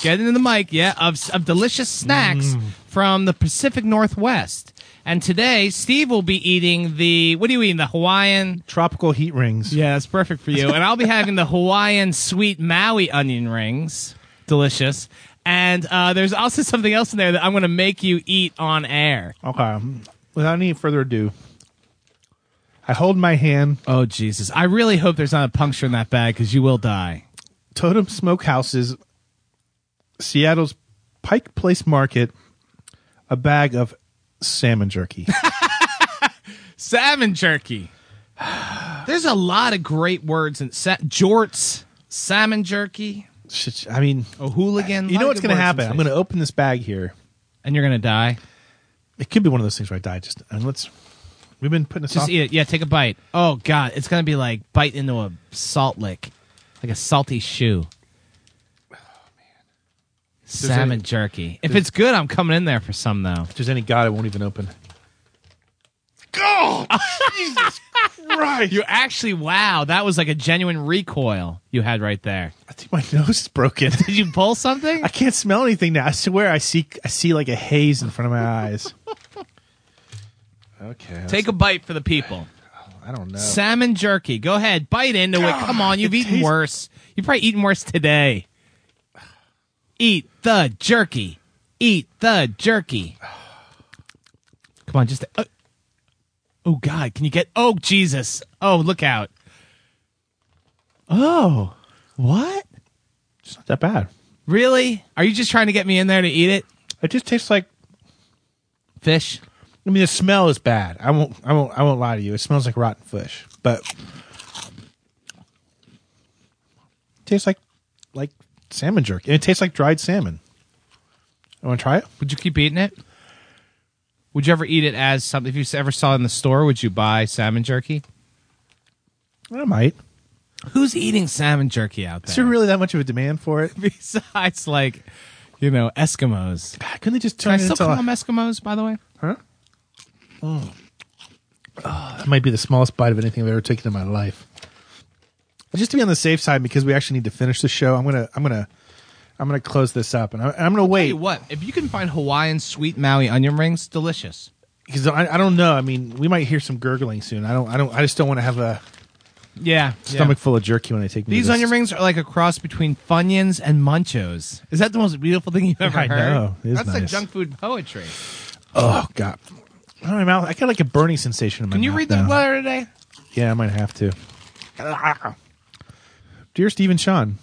S1: Get into the mic, yeah, of, of delicious snacks from the Pacific Northwest. And today, Steve will be eating the, what are you eating, the Hawaiian?
S3: Tropical heat rings.
S1: [LAUGHS] Yeah, it's perfect for you. And I'll be having the Hawaiian sweet Maui onion rings. Delicious. And uh, there's also something else in there that I'm going to make you eat on air.
S3: Okay. Without any further ado, I hold my hand.
S1: Oh, Jesus. I really hope there's not a puncture in that bag because you will die.
S3: Totem Smokehouse's Seattle's Pike Place Market, a bag of salmon
S1: [LAUGHS]
S3: jerky.
S1: Salmon jerky. [SIGHS] There's a lot of great words in sa- jorts, salmon jerky.
S3: Shit, I mean,
S1: a hooligan.
S3: you know what's going to happen? I'm going
S1: to
S3: to open this bag here,
S1: and you're going to die.
S3: It could be one of those things where I die. Just and let's. We've been putting this
S1: just
S3: off.
S1: eat it. Yeah, take a bite. Oh God, it's going to be like bite into a salt lick, like a salty shoe. Oh, Salmon
S3: any-
S1: jerky. If
S3: does-
S1: it's good, I'm coming in there for some though. If
S3: there's any God, it won't even open. [LAUGHS]
S1: Go!
S3: Jesus Christ!
S1: You actually, wow, that was like a genuine recoil you had right there.
S3: I think my nose is broken. Did
S1: you pull something? [LAUGHS]
S3: I can't smell anything now. I swear, I see. I see like a haze in front of my
S1: [LAUGHS]
S3: eyes. Okay.
S1: Take a bite for the people.
S3: I don't know.
S1: Salmon jerky. Go ahead, bite into it. Come on, you've eaten worse. You've probably eaten worse today. Eat the jerky. Eat the jerky. Come on, just. uh, oh God, can you get? Oh Jesus! Oh look out! Oh, what?
S3: It's not that bad.
S1: Really? Are you just trying to get me in there to eat it?
S3: It just tastes like
S1: fish.
S3: I mean, the smell is bad. I won't. I won't. I won't lie to you. It smells like rotten fish, but tastes like like salmon jerky. And it tastes like dried salmon. I want to try it.
S1: Would you keep eating it? Would you ever eat it as something? If you ever saw it in the store, would you buy salmon jerky?
S3: I might.
S1: Who's eating salmon jerky out there?
S3: Is there really that much of a demand for
S1: [LAUGHS]
S3: it?
S1: Besides, like, you know, Eskimos.
S3: Couldn't they just
S1: Can
S3: turn
S1: I
S3: it
S1: still
S3: into
S1: call
S3: a- Hmm.
S1: them Eskimos, by the way?
S3: Huh? Oh. That might be the smallest bite of anything I've ever taken in my life. Just to be on the safe side, because we actually need to finish the show, I'm gonna, I'm gonna, I'm gonna close this up, and I, I'm gonna wait.
S1: what? If you can find Hawaiian sweet Maui onion rings, delicious.
S3: because I, I don't know. I mean, we might hear some gurgling soon. I don't. I don't. I just don't want to have a
S1: Yeah,
S3: stomach full of jerky when I take
S1: These onion rings are like a cross between Funyuns and Munchos. Is that the most beautiful thing you've ever
S3: I
S1: heard?
S3: know. It is
S1: That's like
S3: nice.
S1: junk food poetry.
S3: Oh God, Oh, my mouth. I got like a burning sensation in my
S1: Can you
S3: mouth
S1: read the
S3: now.
S1: letter today?
S3: Yeah, I might have to. Dear Stephen Sean,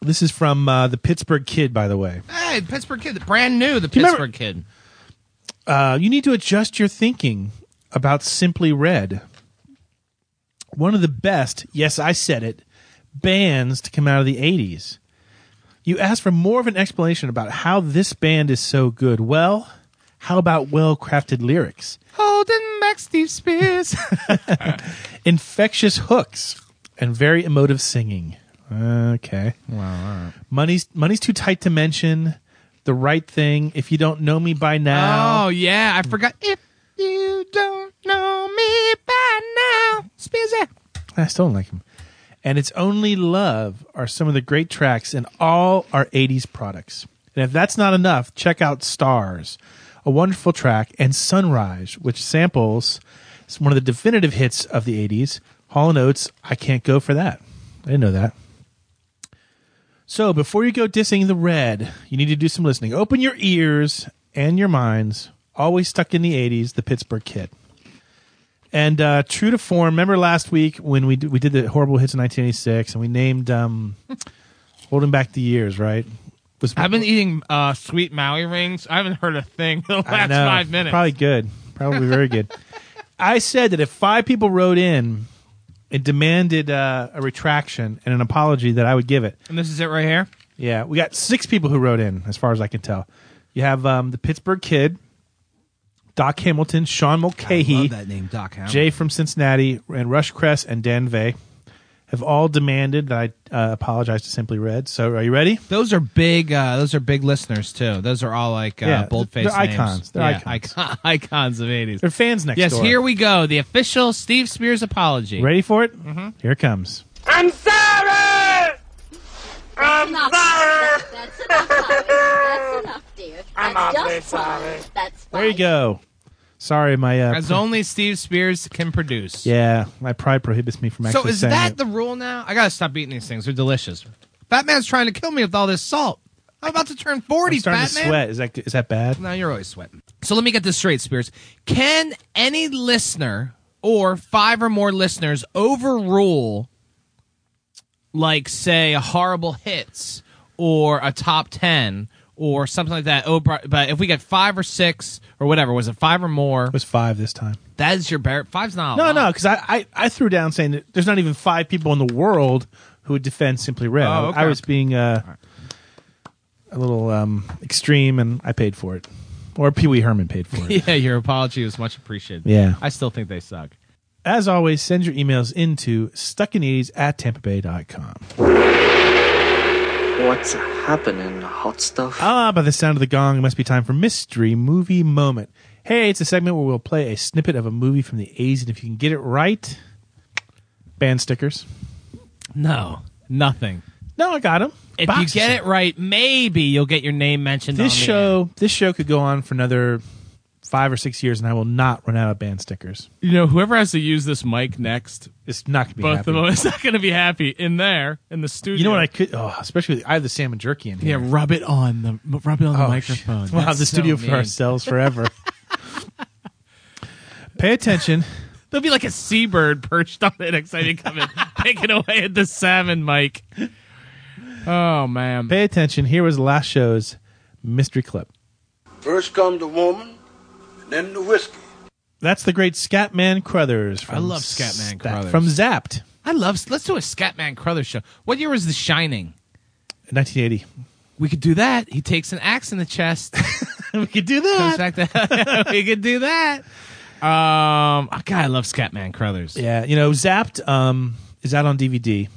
S3: this is from uh, the Pittsburgh Kid, by the way.
S1: Hey, Pittsburgh kid, brand new, the
S3: Do you
S1: Pittsburgh
S3: remember-
S1: kid.
S3: Uh, you need to adjust your thinking about Simply Red. One of the best, yes, I said it, bands to come out of the 80s. You asked for more of an explanation about how this band is so good. Well, how about well crafted lyrics?
S1: Holden back Steve Spears.
S3: infectious hooks and very emotive singing. Okay.
S1: Wow.
S3: Money's money's too tight to mention. The right thing. If you don't know me by now.
S1: Oh yeah, I forgot. If you don't know me by now, Spears.
S3: I still don't like him. And it's only love are some of the great tracks in all our '80s products. And if that's not enough, check out Stars, a wonderful track, and Sunrise, which samples one of the definitive hits of the '80s. Hall and Oates, I can't go for that. I didn't know that. So before you go dissing the red, you need to do some listening. Open your ears and your minds. Always stuck in the '80s, the Pittsburgh Kid. And uh, true to form, remember last week when we did, we did the horrible hits in 1986, and we named um, holding back the years, right? Was
S1: I've been eating uh, sweet Maui rings. I haven't heard a thing in the
S3: I
S1: last
S3: know.
S1: five minutes.
S3: Probably good. Probably
S1: [LAUGHS]
S3: very good. I said that if five people wrote in and demanded uh, a retraction and an apology, that I would give it.
S1: And this is it right here.
S3: Yeah, we got six people who wrote in, as far as I can tell. You have um, the Pittsburgh Kid, Doc Hamilton, Sean Mulcahy,
S1: that name, Doc Hamilton.
S3: Jay from Cincinnati, and Rush Cress and Dan Vey have all demanded that I uh, apologize to Simply Red. So, are you ready?
S1: Those are big. Uh, those are big listeners too. Those are all like uh,
S3: Yeah,
S1: boldface.
S3: they're
S1: names.
S3: icons. They're
S1: Yeah,
S3: icons.
S1: icon- [LAUGHS] icons of eighties.
S3: They're fans next
S1: yes,
S3: door.
S1: here we go. The official Steve Spears apology.
S3: Ready for it?
S1: Mm-hmm.
S3: Here it comes.
S2: I'm sorry! I'm sorry!
S19: That's enough, honey. That's enough, dear.
S2: [LAUGHS] I'm
S19: That's
S2: awfully
S19: just fine. That's
S3: There you go. Sorry, my uh,
S1: As
S3: pr-
S1: only Steve Spears can produce.
S3: yeah, my pride prohibits me from actually
S1: So is
S3: saying
S1: that
S3: it.
S1: the rule now? I gotta stop eating these things. They're delicious. Fat man's trying to kill me with all this salt. I'm about to turn forty.
S3: I'm starting
S1: Fat
S3: to
S1: man.
S3: sweat. Is that is that bad?
S1: Now you're always sweating. So let me get this straight, Spears. Can any listener or five or more listeners overrule, like, say, a horrible hits or a top 10 or something like that? Oh, but but if we get five or six or whatever, was it five or more? It
S3: was five this time.
S1: That is your bar. Five's not. a
S3: No,
S1: lot. [LAUGHS]
S3: no, because I, I, I threw down saying that there's not even five people in the world who would defend Simply Red. I-
S1: Oh, okay.
S3: I, was being uh, a little um, extreme, and I paid for it. Or Pee Wee Herman paid for
S1: [LAUGHS]
S3: it.
S1: Yeah, your apology was much appreciated.
S3: Yeah.
S1: I still think they suck.
S3: As always, send your emails into stuckinities at tampabay.com.
S17: What's happening, hot stuff?
S3: Ah, by the sound of the gong, it must be time for Mystery Movie Moment. Hey, it's a segment where we'll play a snippet of a movie from the 80s, and if you can get it right, band stickers.
S1: No, nothing.
S3: No, I got them.
S1: If you get it right, maybe you'll get your name mentioned.
S3: this
S1: on the
S3: show this show could go on for another five or six years and i will not run out of band stickers
S1: You know, whoever has to use this mic next
S3: is not going to be
S1: Both
S3: happy.
S1: of them [LAUGHS] is not going to be happy in there in the studio.
S3: you know what i could oh especially with, i have the salmon jerky in
S1: Yeah,
S3: here
S1: rub it on the rub it on the [LAUGHS]
S3: Oh,
S1: microphone.
S3: shit. we'll have
S1: That's
S3: the studio
S1: so
S3: for
S1: mean.
S3: ourselves
S1: [LAUGHS]
S3: forever pay attention
S1: There'll be like a seabird perched on it, excited to come [LAUGHS] in, picking away at the salmon mic. Oh man!
S3: pay attention here was the last show's mystery clip
S20: First comes the woman, then the whiskey.
S3: that's the great scatman crothers from
S1: I love Scatman
S3: Sta-
S1: Crothers.
S3: from zapped
S1: I love. Let's do a Scatman Crothers show. What year was The Shining?
S3: 1980
S1: We could do that. He takes an axe in the [LAUGHS] chest.
S3: we could do that.
S1: Comes back to, [LAUGHS] we could do that. Um, oh, God, I love Scatman Crothers.
S3: Yeah, you know, Zapped um, is out on DVD,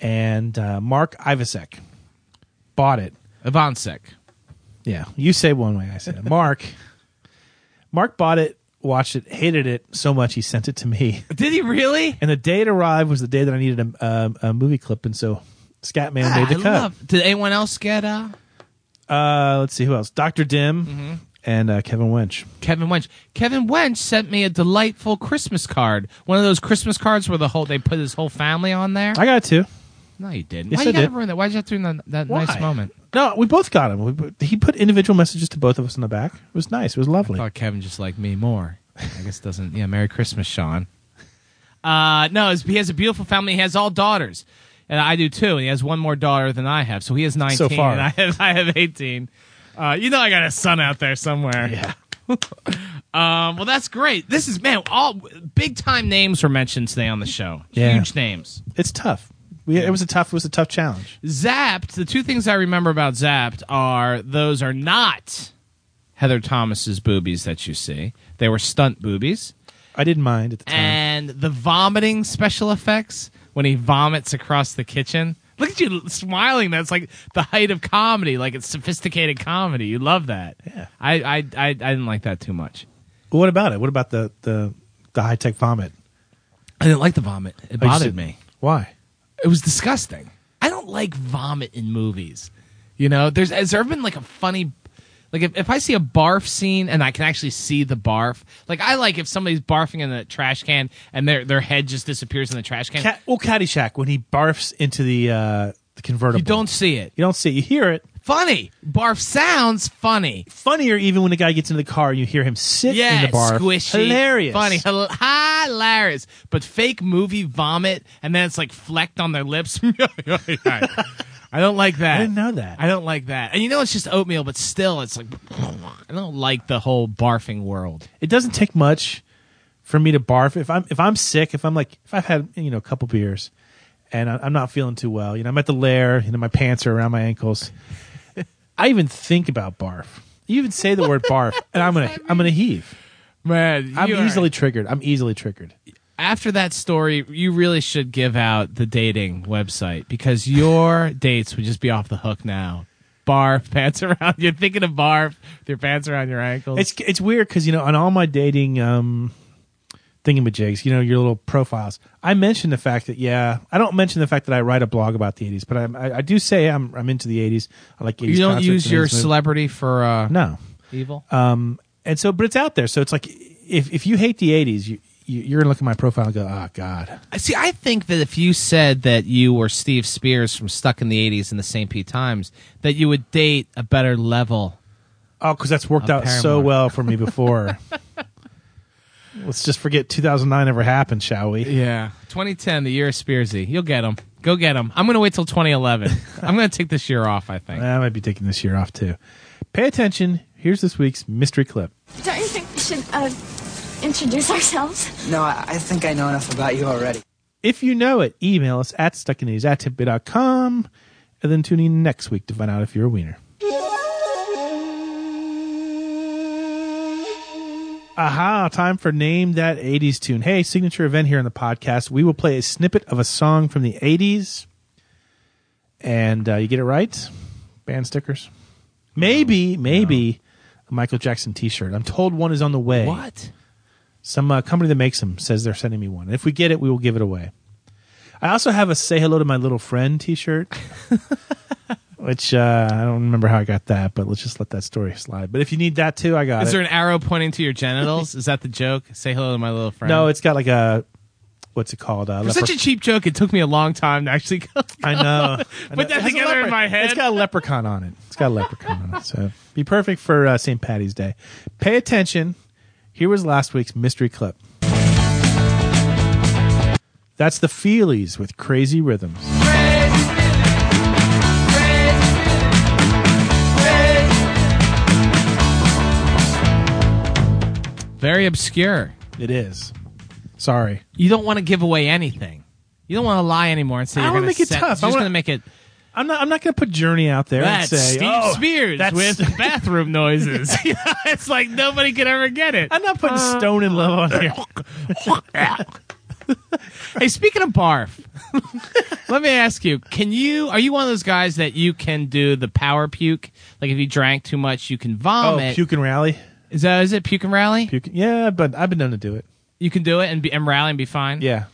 S3: and uh, Mark Ivasek bought it.
S1: Ivasek.
S3: Yeah, you say one way, I say it. Mark. Mark bought it watched it, hated it so much he sent it to me. [LAUGHS]
S1: Did he really?
S3: And the day it arrived was the day that I needed a, um, a movie clip, and so Scatman
S1: Ah,
S3: made the
S1: I
S3: cut.
S1: love- Did anyone else get uh
S3: Uh, let's see who else. Doctor Dim
S1: Mhm.
S3: and uh, Kevin Wench.
S1: Kevin Wench? Kevin Wench sent me a delightful Christmas card. One of those Christmas cards where the whole they put his whole family on there.
S3: I got two.
S1: No, you didn't.
S3: Yes,
S1: Why
S3: I
S1: you gotta
S3: did.
S1: ruin that? Why'd you have to ruin that, that
S3: Why?
S1: nice moment?
S3: No, we both got him. We, put- he put individual messages to both of us in the back. It was nice. It was lovely.
S1: thought Kevin just liked me more. I guess doesn't. Yeah, Merry Christmas, Sean. Uh, no, it's- he has a beautiful family. He has all daughters, and I do too. And he has one more daughter than I have, so he has nineteen.
S3: So far.
S1: and [LAUGHS] I have I have eighteen. Uh, you know, I got a son out there somewhere. Yeah. [LAUGHS] um, well, that's great. This is man. All big time names were mentioned today on the show.
S3: Yeah.
S1: Huge names.
S3: It's tough. We, It was a tough. It was a tough challenge.
S1: Zapped. The two things I remember about Zapped are those are not Heather Thomas's boobies that you see. They were stunt boobies.
S3: I didn't mind at the time.
S1: And the vomiting special effects when he vomits across the kitchen. Look at you smiling. That's like the height of comedy. Like it's sophisticated comedy. You love that. Yeah. I I I, I didn't like that too much.
S3: But what about it? What about the the, the high tech vomit?
S1: I didn't like the vomit. It
S3: Oh, you
S1: bothered
S3: said-
S1: me.
S3: Why?
S1: It was disgusting. I don't like vomit in movies. You know, there's has there been like a funny like if, if I see a barf scene and I can actually see the barf, like I like if somebody's barfing in the trash can and their their head just disappears in the trash can.
S3: Cat, well, Caddyshack when he barfs into the uh, the convertible.
S1: You don't see it.
S3: You don't see it. You hear it.
S1: Funny. Barf sounds funny.
S3: Funnier even when the guy gets into the car and you hear him sit
S1: Yeah,
S3: in the barf.
S1: squishy,
S3: Hilarious.
S1: funny, hil- hilarious. But fake movie vomit, and then it's like flecked on their lips. [LAUGHS] I don't like that.
S3: I didn't know that.
S1: I don't like that. And you know, it's just oatmeal, but still, it's like [SNIFFS] I don't like the whole barfing world.
S3: It doesn't take much for me to barf if I'm if I'm sick. If I'm like if I've had you know a couple beers and I- I'm not feeling too well. You know I'm at the lair. You know my pants are around my ankles. I even think about barf. You even say the word barf,
S1: [LAUGHS]
S3: and I'm gonna I'm gonna heave.
S1: Man,
S3: I'm
S1: you are-
S3: easily triggered. I'm easily triggered.
S1: After that story, you really should give out the dating website because your [LAUGHS] dates would just be off the hook now. Barf, pants around. [LAUGHS] You're thinking of barf with your pants around your ankles.
S3: It's it's weird because you know on all my dating um thingamajigs, you know your little profiles. I mention the fact that yeah, I don't mention the fact that I write a blog about the '80s, but I'm- I I do say I'm I'm into the '80s. I like '80s.
S1: you don't
S3: concerts
S1: use
S3: and
S1: your
S3: 80s movies.
S1: celebrity for uh,
S3: no
S1: evil.
S3: Um, and so, but it's out there, so it's like if if you hate the '80s, you, you you're gonna look at my profile and go, oh god,
S1: I See, I think that if you said that you were Steve Spears from Stuck in the '80s and the St. Pete Times, that you would date a better level.
S3: oh, because that's worked
S1: Oh,
S3: out so
S1: Paramore.
S3: well for me before. [LAUGHS] Let's just forget 2009 ever happened, shall we?
S1: Yeah, 2010, the year of Spearsy. You'll get him. Go get him. I'm going to wait till
S3: [LAUGHS]
S1: 2011. I'm going to take this year off. I think.
S3: I might be taking this year off too. Pay attention. Here's this week's mystery clip.
S21: Don't you think we should uh, introduce ourselves?
S17: No, I, I think I know enough about you already.
S3: If you know it, email us at stuckinnews at tidbit.com and then tune in next week to find out if you're a wiener. Aha, time for Name That 80s Tune. Hey, signature event here on the podcast. We will play a snippet of a song from the 80s. And uh, you get it right? Band stickers. Maybe, maybe a Michael Jackson t shirt. I'm told one is on the way.
S1: What?
S3: Some uh, company that makes them says they're sending me one. If we get it, we will give it away. I also have a "Say Hello to My Little Friend" T-shirt, [LAUGHS] which uh, I don't remember how I got that, but let's just let that story slide. But if you need that too, I got
S1: Is
S3: it.
S1: there an arrow pointing to your genitals? Is that the joke? Say hello to my little friend.
S3: no, it's got like a what's it called? Uh,
S1: For such a cheap joke, it took me a long time to actually go. [LAUGHS]
S3: I know. I know.
S1: Put
S3: It
S1: that
S3: has a
S1: together in
S3: leopard-
S1: my head.
S3: It's got a leprechaun on it. It's got a leprechaun on it. So be perfect for uh, St. Patty's Day. Pay attention. Here was last week's mystery clip. That's the Feelies with Crazy Rhythms.
S1: Very obscure.
S3: It is. Sorry.
S1: You don't want to give away anything. You don't want to lie anymore and say
S3: I
S1: you're
S3: wanna
S1: going to
S3: make it
S1: set,
S3: tough. I
S1: You're just
S3: wanna-
S1: going to make it.
S3: I'm not. I'm not going to put Journey out there
S1: That's
S3: and say
S1: Steve
S3: "Oh,
S1: Spears
S3: that's- [LAUGHS]
S1: with bathroom noises. [LAUGHS] it's like nobody could ever get it. [LAUGHS] I'm not putting
S3: Stone in Love on here. [LAUGHS]
S1: hey, speaking of barf, let me ask you: Can you? Are you one of those guys that you can do the power puke? Like if you drank too much, you can
S3: Oh,
S1: vomit.
S3: puke and rally.
S1: Is that is it puke and rally?
S3: Puke, yeah, but I've been known to do it.
S1: You can do it and be, and rally and be fine.
S3: Yeah.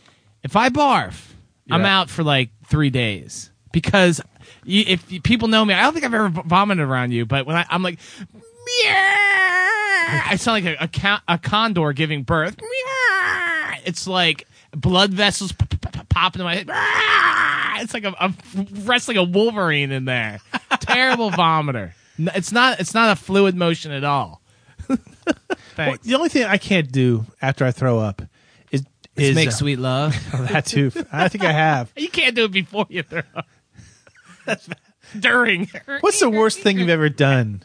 S1: If I barf, I'm out for like three days because you, if you- people know me, I don't think I've ever v- vomited around you, but when I, I'm like, "Meow," I sound like a, a, ca- a condor giving birth. Meow. It's like blood vessels p- p- p- pop into my head. Meow. It's like I'm, I'm wrestling a Wolverine in there. [LAUGHS] Terrible vomiter. N- It's not. It's not a fluid motion at all. [LAUGHS]
S3: Well, the only thing I can't do after I throw up is
S1: Is
S3: is
S1: make
S3: uh,
S1: sweet love.
S3: [LAUGHS] that too. I think I have.
S1: You can't do it before you throw up. [LAUGHS] During.
S3: What's the worst thing you've ever done?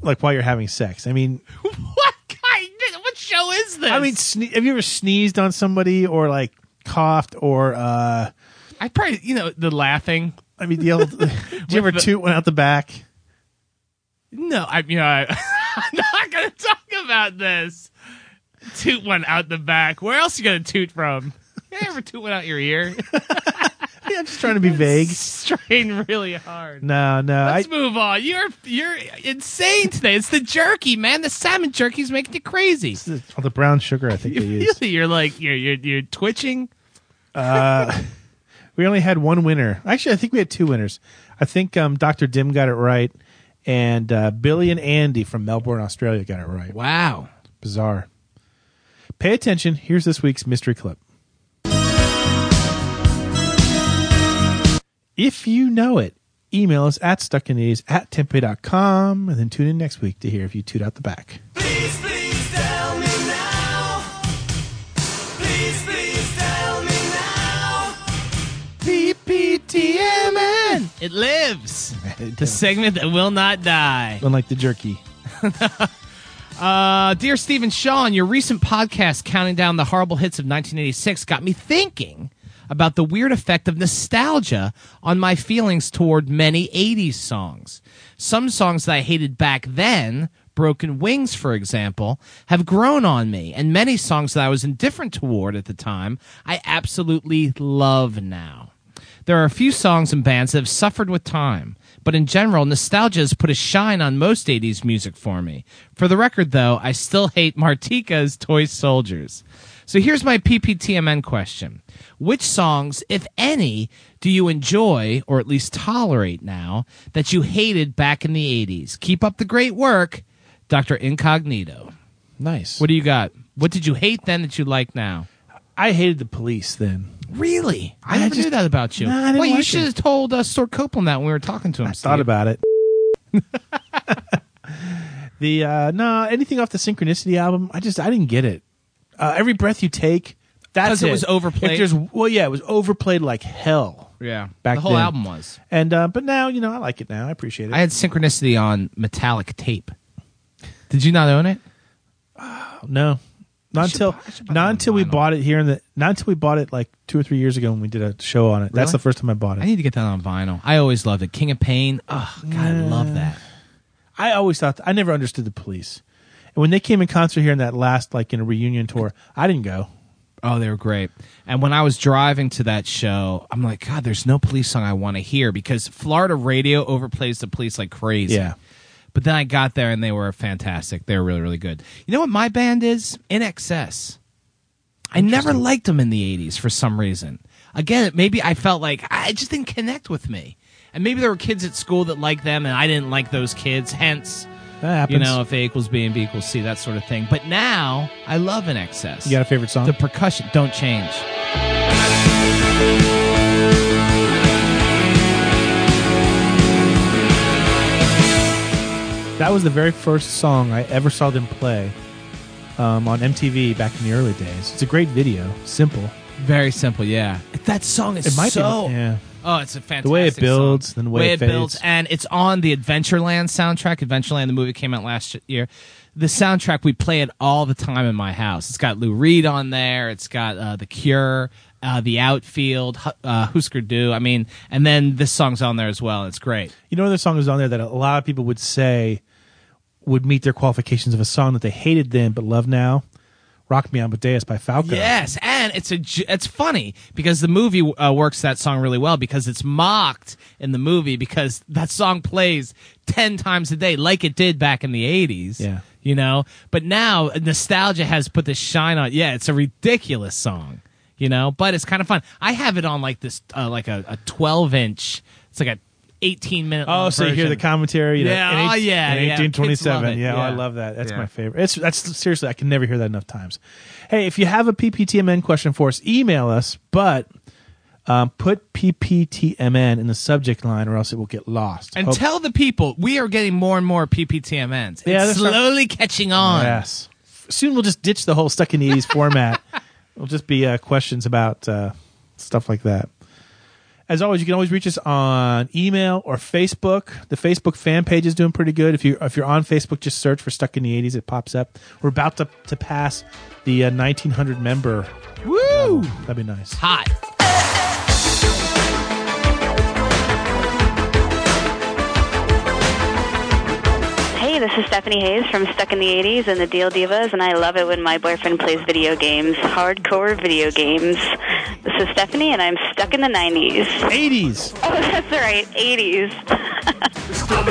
S3: Like while you're having sex? I mean,
S1: [LAUGHS] What kind? What show is this?
S3: I mean, sne- have you ever sneezed on somebody or like coughed or? uh
S1: I probably you know the laughing.
S3: I mean, the [LAUGHS] old. did you ever
S1: the-
S3: toot one out the back?
S1: No, I you know I, [LAUGHS] I'm not going to talk about this. Toot one out the back. Where else you going to toot from? You ever toot one out your ear? [LAUGHS]
S3: Yeah, I'm just trying to be vague.
S1: Strain really hard.
S3: No, no. I,
S1: Let's move on. You're you're insane today. It's the jerky, man. The salmon jerky's making you crazy.
S3: all the brown sugar I think
S1: [LAUGHS]
S3: they use.
S1: You're like you're you're you're twitching.
S3: Uh, we only had one winner. Actually, I think we had two winners. I think um, Dr. Dim got it right, and uh, Billy and Andy from Melbourne, Australia got it right.
S1: Wow.
S3: Bizarre. Pay attention. Here's this week's mystery clip. If you know it, email us at stuckinthese at tempe.com and then tune in next week to hear if you toot out the back.
S1: PPTMN. It lives. the segment that will not die.
S3: Unlike the jerky.
S1: Uh, dear Stephen Sean, your recent podcast counting down the horrible hits of 1986 got me thinking about the weird effect of nostalgia on my feelings toward many 80s songs. Some songs that I hated back then, Broken Wings, for example, have grown on me, and many songs that I was indifferent toward at the time, I absolutely love now. There are a few songs and bands that have suffered with time, but in general, nostalgia has put a shine on most 80s music for me. For the record, though, I still hate Martika's Toy Soldiers. So here's my PPTMN question Which songs, if any, do you enjoy or at least tolerate now that you hated back in the 80s? Keep up the great work, Dr. Incognito.
S3: Nice.
S1: What do you got? What did you hate then that you like now?
S3: I hated the police then.
S1: Really? I, never knew that about you.
S3: Nah, I didn't
S1: well, you
S3: like
S1: should
S3: it.
S1: have told uh, Stuart Copeland that when we were talking to him.
S3: thought about it. [LAUGHS] the uh no, anything off the Synchronicity album, I just I didn't get it. Uh, every breath you take, that's
S1: 'Cause it was overplayed?
S3: If there's, well, yeah, it was overplayed like hell.
S1: Yeah,
S3: back
S1: the whole
S3: then.
S1: album was.
S3: And uh, but now you know I like it now. I appreciate it.
S1: I had synchronicity on metallic tape. Did you not own it?
S3: no, not until not until we bought it here in the not until we bought it like two or three years ago when we did a show on it. That's
S1: Really?
S3: the first time I bought it.
S1: I need to get that on vinyl. I always loved it. King of Pain. Oh God, I love that.
S3: I always thought I never understood the police. And when they came in concert here in that last like in a reunion tour, I didn't go.
S1: Oh, they were great. And when I was driving to that show, I'm like, God, there's no police song I want to hear because Florida radio overplays the police like crazy.
S3: Yeah.
S1: But then I got there and they were fantastic. They were really, really good. You know what my band is? In excess. I never liked them in the 80s for some reason. Again, maybe I felt like I it just didn't connect with me. And maybe there were kids at school that liked them and I didn't like those kids. Hence,
S3: That happens.
S1: you know, if A equals B and B equals C, that sort of thing. But now I love In Excess.
S3: You got a favorite song?
S1: The percussion. Don't change.
S3: That was the very first song I ever saw them play um, on MTV back in the early days. It's a great video, simple.
S1: Very simple, yeah. That song is
S3: It might be-
S1: so.
S3: yeah.
S1: Oh, it's a fantastic.
S3: The way it builds,
S1: song.
S3: then the way it
S1: builds,
S3: fades.
S1: and it's on the Adventureland soundtrack. Adventureland, the movie came out last year. The soundtrack we play it all the time in my house. It's got Lou Reed on there. It's got uh, The Cure, uh, The Outfield, Hu- uh, Husker Du. I mean, and then this song's on there as well. It's great.
S3: You know, other song was on there that a lot of people would say would meet their qualifications of a song that they hated then but love now. "Rock Me Amadeus" by Falco.
S1: Yes, and it's a j- it's funny because the movie uh, works that song really well because it's mocked in the movie because that song plays ten times a day like it did back in the eighties.
S3: Yeah.
S1: you know. But now nostalgia has put this shine on. Yeah, it's a ridiculous song, you know, but it's kind of fun. I have it on like this, uh, like a, a twelve inch. It's like a eighteen minute.
S3: Oh,
S1: long
S3: so you hear the
S1: version.
S3: commentary? You know,
S1: Yeah,
S3: and
S1: oh,
S3: eight-
S1: yeah,
S3: and
S1: yeah. Kids love
S3: 1827.
S1: it,
S3: Yeah, oh, I
S1: yeah.
S3: love that. That's
S1: Yeah.
S3: my favorite. It's that's seriously, I can never hear that enough times. Hey, if you have a PPTMN question for us, email us, but um, put PPTMN in the subject line, or else it will get lost.
S1: And
S3: Hope-
S1: tell the people we are getting more and more PPTMNs. it's
S3: Yeah, that's not-
S1: slowly catching on.
S3: Yes. Soon we'll just ditch the whole stuck in the 80s format. It'll just be uh, questions about uh, stuff like that. As always, you can always reach us on email or Facebook. The Facebook fan page is doing pretty good. If you if you're on Facebook, just search for "Stuck in the '80s." It pops up. We're about to to pass the uh, 1900 member. Woo! That'd be nice.
S1: Hot.
S7: Hey, this is Stephanie Hayes from Stuck in the 80s and the Deal Divas, and I love it when my boyfriend plays video games, hardcore video games. This is Stephanie, and I'm stuck in the 90s.
S3: 80s!
S7: [LAUGHS] Oh, that's right, 80s.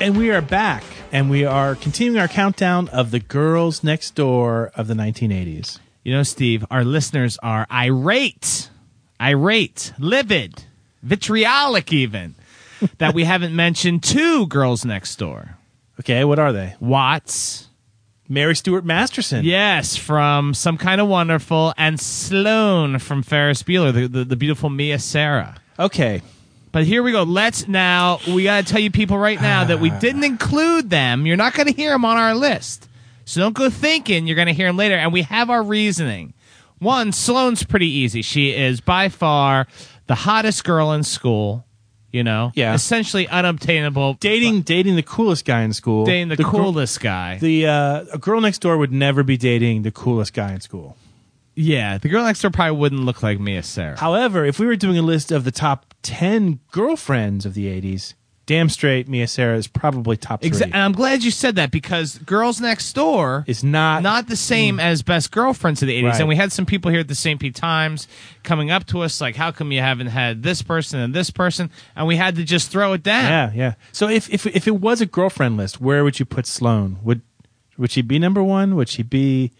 S3: And we are back, and we are continuing our countdown of the girls next door of the 1980s.
S1: You know, Steve, our listeners are irate, irate, livid, vitriolic, even that we haven't mentioned two girls next door.
S3: Okay, what are they?
S1: Watts,
S3: Mary Stuart Masterson.
S1: Yes, from Some Kind of Wonderful, and Sloan from Ferris Bueller, the, the, the beautiful Mia Sarah.
S3: Okay.
S1: But here we go. Let's now, we got to tell you people right now that
S3: Ah.
S1: we didn't include them. You're not going to hear them on our list. So don't go thinking you're going to hear them later. And we have our reasoning. One, Sloane's pretty easy. She is by far the hottest girl in school, you know? Yeah. Essentially unobtainable.
S3: Dating, dating the coolest guy in school.
S1: Dating the,
S3: The gr-
S1: coolest guy.
S3: The uh, a girl next door would never be dating the coolest guy in school.
S1: yeah, the girl next door probably wouldn't look like Mia Sarah.
S3: However, if we were doing a list of the top ten girlfriends of the '80s, damn straight, Mia Sarah is probably top three.
S1: Exa- and I'm glad you said that because Girls Next Door
S3: is not
S1: not the same as Best Girlfriends of the 80s.
S3: Right.
S1: And we had some people here at the St. Pete Times coming up to us like, how come you haven't had this person and this person? And we had to just throw it down.
S3: Yeah, yeah. So if if if it was a girlfriend list, where would you put Sloane? Would would she be number one? Would she be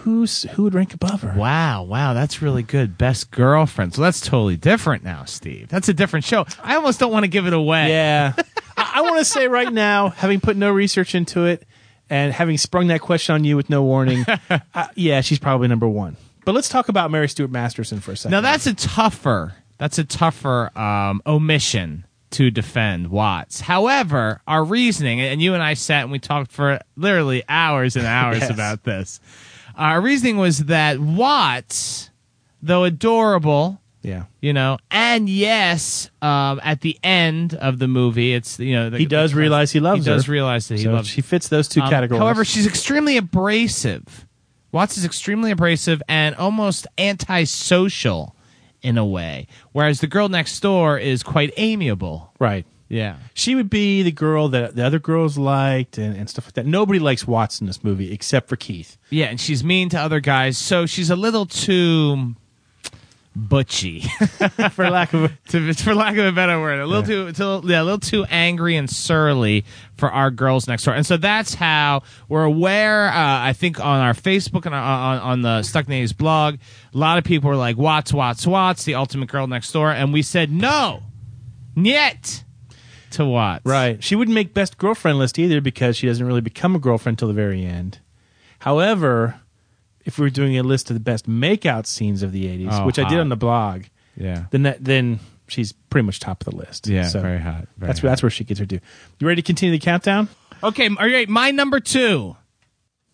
S3: who's who would rank above her?
S1: Wow, wow, that's really good. Best girlfriend. So that's totally different now, Steve. That's a different show. I almost don't want to give it away.
S3: [LAUGHS] Yeah. I, I want to say right now, having put no research into it and having sprung that question on you with no warning,
S1: [LAUGHS]
S3: uh, yeah, she's probably number one. But let's talk about Mary Stuart Masterson for a second.
S1: Now that's a tougher. That's a tougher um, omission to defend Watts. However, our reasoning, and you and I sat and we talked for literally hours and hours
S3: [LAUGHS] Yes.
S1: about this. Our reasoning was that Watts, though adorable,
S3: yeah.
S1: you know, and yes, um, at the end of the movie, it's you know the,
S3: He does realize he loves
S1: he does
S3: her.
S1: realize that he
S3: So
S1: loves.
S3: She fits those two
S1: Um,
S3: categories.
S1: However, she's extremely abrasive. Watts is extremely abrasive and almost antisocial in a way, whereas the girl next door is quite amiable.
S3: right.
S1: Yeah.
S3: She would be the girl that the other girls liked and, and stuff like that. Nobody likes Watts in this movie except for
S1: [LAUGHS]
S3: Keith.
S1: Yeah, and she's mean to other guys, so she's a little too butchy, [LAUGHS]
S3: for lack of a,
S1: to, for lack of a better word, a little too, too yeah, a little too angry and surly for our girls next door. And so that's how we're aware. Uh, I think on our Facebook and on, on, on the Stuck Nays blog, a lot of people were like Watts, Watts, Watts, the ultimate girl next door, and we said no, yet to Watts.
S3: Right. She wouldn't make best girlfriend list either because she doesn't really become a girlfriend till the very end. However, if we were doing a list of the best makeout scenes of the 80s,
S1: Oh,
S3: which I did
S1: hot.
S3: on the blog,
S1: Yeah.
S3: then that, then she's pretty much top of the list.
S1: Yeah, very hot, very
S3: that's that's where she gets her due. You ready to continue the countdown?
S1: Okay. All right. My number two,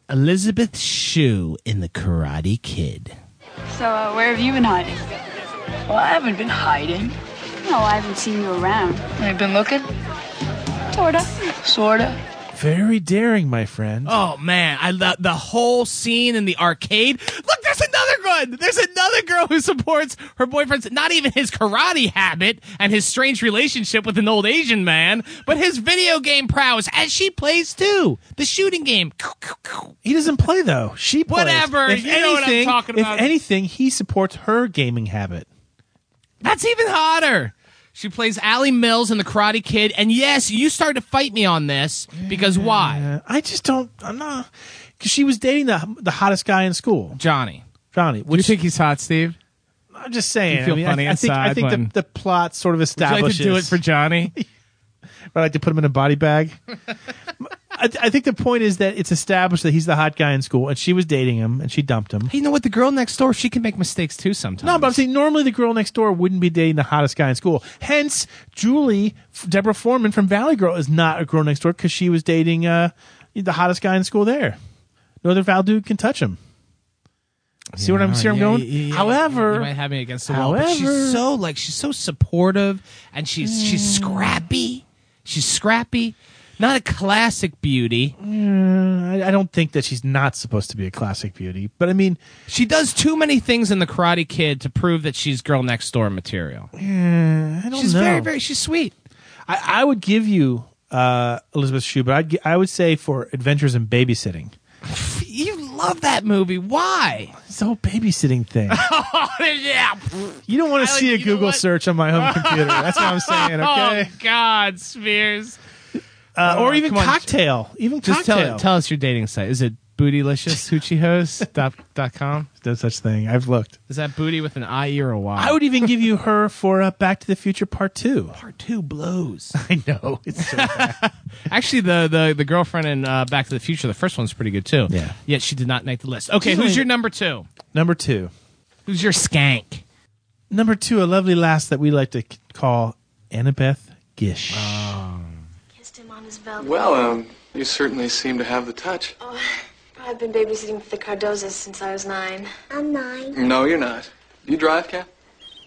S1: Elizabeth Shue in the Karate Kid.
S22: So, uh, where have you been hiding? Well, I haven't been hiding. No, I haven't seen you around. I've been looking? Sorta. Sorta.
S3: Very daring, my friend.
S1: Oh man, I love the whole scene in the arcade. Look, there's another gun. There's another girl who supports her boyfriend's not even his karate habit and his strange relationship with an old Asian man, but his video game prowess, and she plays too. The shooting game.
S3: He doesn't play though. She plays.
S1: Whatever,
S3: If
S1: you know what I'm
S3: anything-
S1: talking about.
S3: If anything, he supports her gaming habit.
S1: That's even hotter. She plays Allie Mills in The Karate Kid. And yes, you started to fight me on this because why?
S3: I just don't. I'm not. Cause she was dating the the hottest guy in school,
S1: Johnny.
S3: Johnny. Which,
S1: you think he's hot, Steve?
S3: I'm just saying.
S1: You feel
S3: I mean, I-
S1: funny
S3: I, think, I
S1: inside
S3: think
S1: when-
S3: the, the plot sort of
S1: Would you like
S3: establishes.
S1: to do it for Johnny?
S3: I like to put him in a
S1: [LAUGHS]
S3: body bag. I, I think the point is that it's established that he's the hot guy in school, and she was dating him, and she dumped him.
S1: Hey, [LAUGHS] you know what? The girl next door, she can make mistakes too sometimes.
S3: No, but I'm saying normally the girl next door wouldn't be dating the hottest guy in school. Hence, Julie F- Deborah Foreman from Valley Girl is not a girl next door because she was dating uh, the hottest guy in school there. No other Val dude can touch him. See what I'm see where I'm
S1: Yeah,
S3: going?
S1: yeah, yeah, yeah.
S3: however,
S1: you might have me against the wall. but she's
S3: however-
S1: so like she's so supportive, and she's she's scrappy. She's scrappy, not a classic beauty.
S3: Mm, I, I don't think that she's not supposed to be a classic beauty, but I mean,
S1: She does too many things in the Karate Kid to prove that she's girl next door material.
S3: eh, I don't
S1: She's
S3: know.
S1: very very she's sweet.
S3: I, I would give you uh, Elizabeth Shue, but I'd, gi- I would say for Adventures in Babysitting,
S1: You love that movie. Why?
S3: it's the whole babysitting thing.
S1: oh yeah.
S3: [LAUGHS] You don't want
S1: I
S3: to
S1: like-
S3: see
S1: you
S3: a
S1: know
S3: Google
S1: what?
S3: search on my home computer. That's what I'm [LAUGHS] saying.
S1: Oh
S3: Okay.
S1: God, Spears.
S3: Uh, or
S1: Oh,
S3: even
S1: come on.
S3: cocktail. Even
S1: Just
S3: cocktail.
S1: tell tell us your dating site. Is it bootylicioushootiehost.com?
S3: no such thing. I've looked.
S1: Is that booty with an I E or a Y?
S3: I would even give you her for uh, Back to the Future Part Two.
S1: Part two blows.
S3: [LAUGHS] I know it's so bad.
S1: Actually, the the the girlfriend in uh, Back to the Future, the first one's pretty good too.
S3: Yeah.
S1: Yet she did not make the list. Okay,
S3: She's
S1: who's
S3: only-
S1: your number two?
S3: [LAUGHS] number two.
S1: Who's your skank?
S3: Number two, a lovely lass that we like to c- call Annabeth Gish.
S9: Kissed him on his velvet.
S13: Well, um, you certainly seem to have the touch.
S9: I've been babysitting for the Cardozas since I was nine. I'm nine.
S13: No, you're not. You drive, Cap?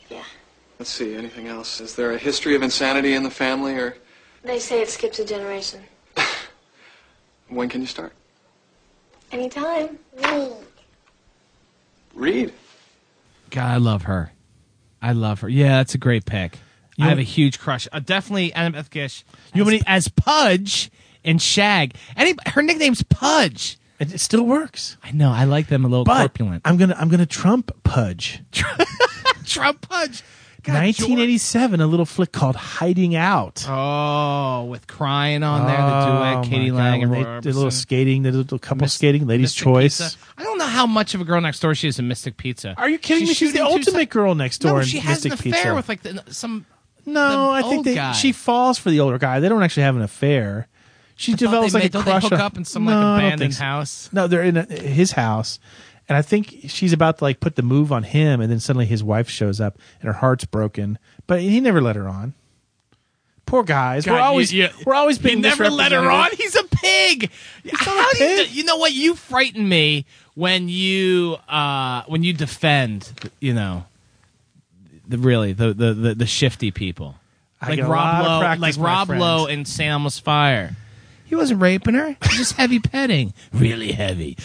S9: Yeah.
S13: Let's see, anything else? Is there a history of insanity in the family, or
S9: They say it skips a generation.
S13: [LAUGHS] when can you start?
S9: Anytime.
S13: Read.
S1: God, I love her. I love her. Yeah, that's a great pick.
S3: You
S1: I have
S3: know-
S1: a huge crush. Uh, definitely Annabeth Gish. You as, as Pudge and Shag. Any her nickname's Pudge.
S3: It, it still works,
S1: I know. I like them a little
S3: but
S1: corpulent.
S3: I'm gonna I'm gonna trump Pudge.
S1: [LAUGHS] Trump Pudge. God,
S3: 1987, a little flick called Hiding Out.
S1: George- Oh, with crying on there, the
S3: Oh,
S1: duet, Katie
S3: my God,
S1: Lang and
S3: when
S1: Roy
S3: they did a little
S1: Orbison.
S3: skating, they did a little couple
S1: Miss-
S3: skating, ladies'
S1: Mystic
S3: choice.
S1: Pizza. I don't know how much of a girl next door she is in Mystic Pizza.
S3: Are you kidding
S1: She's
S3: me? She's the
S1: shooting two
S3: ultimate
S1: si-
S3: girl next door
S1: No,
S3: in
S1: she has
S3: Mystic
S1: an affair
S3: Pizza.
S1: with like the, some.
S3: no, I think
S1: old
S3: they,
S1: guy.
S3: she falls for the older guy. They don't actually have an affair. She
S1: thought
S3: develops
S1: they
S3: like
S1: ma-
S3: a
S1: don't they
S3: crush.
S1: hook
S3: on-
S1: up in some,
S3: No,
S1: like,
S3: I don't
S1: abandoned
S3: think so.
S1: house?
S3: No, they're in a, his house, and I think she's about to like put the move on him, and then suddenly his wife shows up, and her heart's broken. But he never let her on. Poor guys. we're
S1: God, you-
S3: always
S1: you-
S3: we're always
S1: He
S3: being
S1: never let her
S3: misrepresented.
S1: on. He's a pig.
S3: not a
S1: How do you
S3: pig.
S1: do- you know what? You frighten me when you uh, when you defend. You know, the, really the, the the the shifty people.
S3: I
S1: like
S3: get a
S1: Rob
S3: lot of
S1: Lowe,
S3: practice,
S1: like
S3: my
S1: Rob
S3: friend.
S1: Lowe and Sam was fire. He wasn't raping her. He was just heavy petting, really heavy.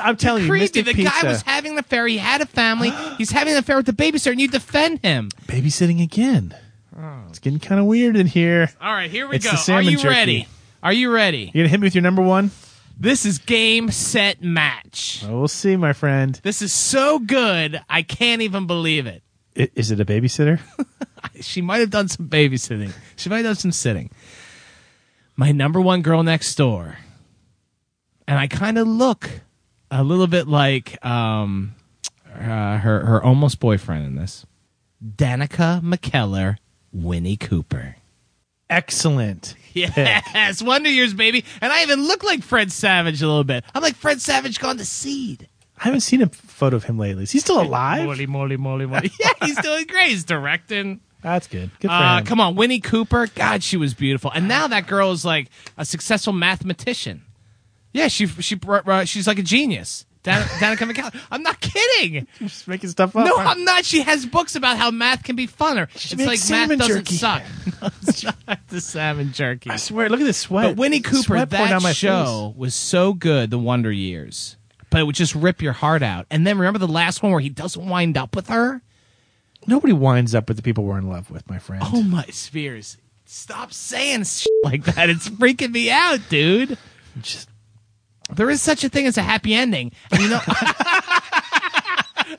S3: I'm telling you,
S1: creepy.
S3: Mystic
S1: The
S3: Pizza.
S1: guy was having an affair. He had a family. He's having an affair with the babysitter, and you defend him.
S3: babysitting again.
S1: Oh.
S3: It's getting kind of weird in here.
S1: All right, here we
S3: It's
S1: go.
S3: the salmon
S1: Are you
S3: jerky.
S1: ready? Are you ready?
S3: You gonna hit me with your number one?
S1: This is game, set, match.
S3: Well, we'll see, my friend.
S1: This is so good, I can't even believe it.
S3: I- Is it
S1: [LAUGHS]
S3: a babysitter?
S1: She might have done some babysitting. She might have done some sitting. My number one girl next door. And I kind of look a little bit like um, uh, her, her almost boyfriend in this Danica McKellar, Winnie Cooper.
S3: Excellent.
S1: Yes, [LAUGHS] Wonder Years, baby. And I even look like Fred Savage a little bit. I'm like Fred Savage gone to seed.
S3: I haven't seen a photo of him lately. Is he still alive?
S1: Moly, moly, moly, moly. [LAUGHS] yeah, he's doing great. He's directing.
S3: That's good. Good for
S1: Uh,
S3: him.
S1: come on, Winnie Cooper. God, she was beautiful. And now that girl is like a successful mathematician. Yeah, she she uh, she's like a genius.
S3: [LAUGHS]
S1: Dan- Danica McCallum. I'm not kidding.
S3: You're just making stuff up.
S1: No,
S3: aren't
S1: I'm not. She has books about how math can be funner. It's
S3: makes
S1: like
S3: salmon
S1: math doesn't
S3: jerky. [LAUGHS]
S1: suck. [LAUGHS] the salmon jerky.
S3: you? I swear, look at this sweat.
S1: But Winnie Cooper,
S3: Sweat pouring
S1: that
S3: down my
S1: show was so good, The Wonder Years. But it would just rip your heart out. And then remember the last one where he doesn't wind up with her?
S3: face. Nobody winds up with the people we're in love with, my friend.
S1: Oh my Spears. Stop saying shit like that. It's freaking me out, dude.
S3: Just-
S1: [LAUGHS] There is such a thing as a happy ending. And you know [LAUGHS]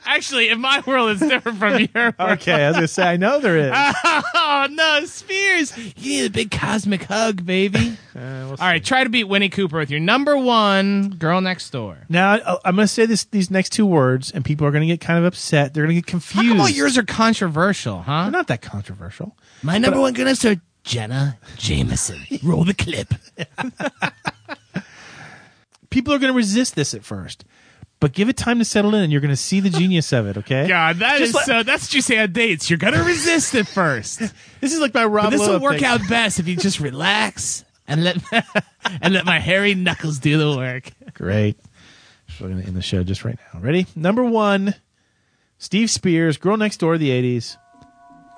S1: Actually, in my world, it's different from your. world.
S3: okay, I was gonna say I know there is.
S1: [LAUGHS] Oh no, Spears! You need a big cosmic hug, baby. All right, try to beat Winnie Cooper with your number one girl next door.
S3: Now I- I'm going to say this these next two words, and people are going to get kind of upset. They're going to get confused.
S1: How come all yours are controversial, huh?
S3: They're not that controversial.
S1: My number one girl next door, Jenna Jameson. Roll the clip.
S3: People are going to resist this at first, but give it time to settle in, and you're going to see the genius of it. Okay.
S1: [LAUGHS] God, that is
S3: Just like-
S1: so. That's what you say on dates. You're gonna resist at first.
S3: This is like my Rob.
S1: But this will
S3: Lowe
S1: work
S3: thing.
S1: out best if you just relax and let [LAUGHS] and let my hairy knuckles do the work.
S3: Great. We're going to end the show just right now. Ready? Number one, Steve Spears, Girl Next Door of the '80s,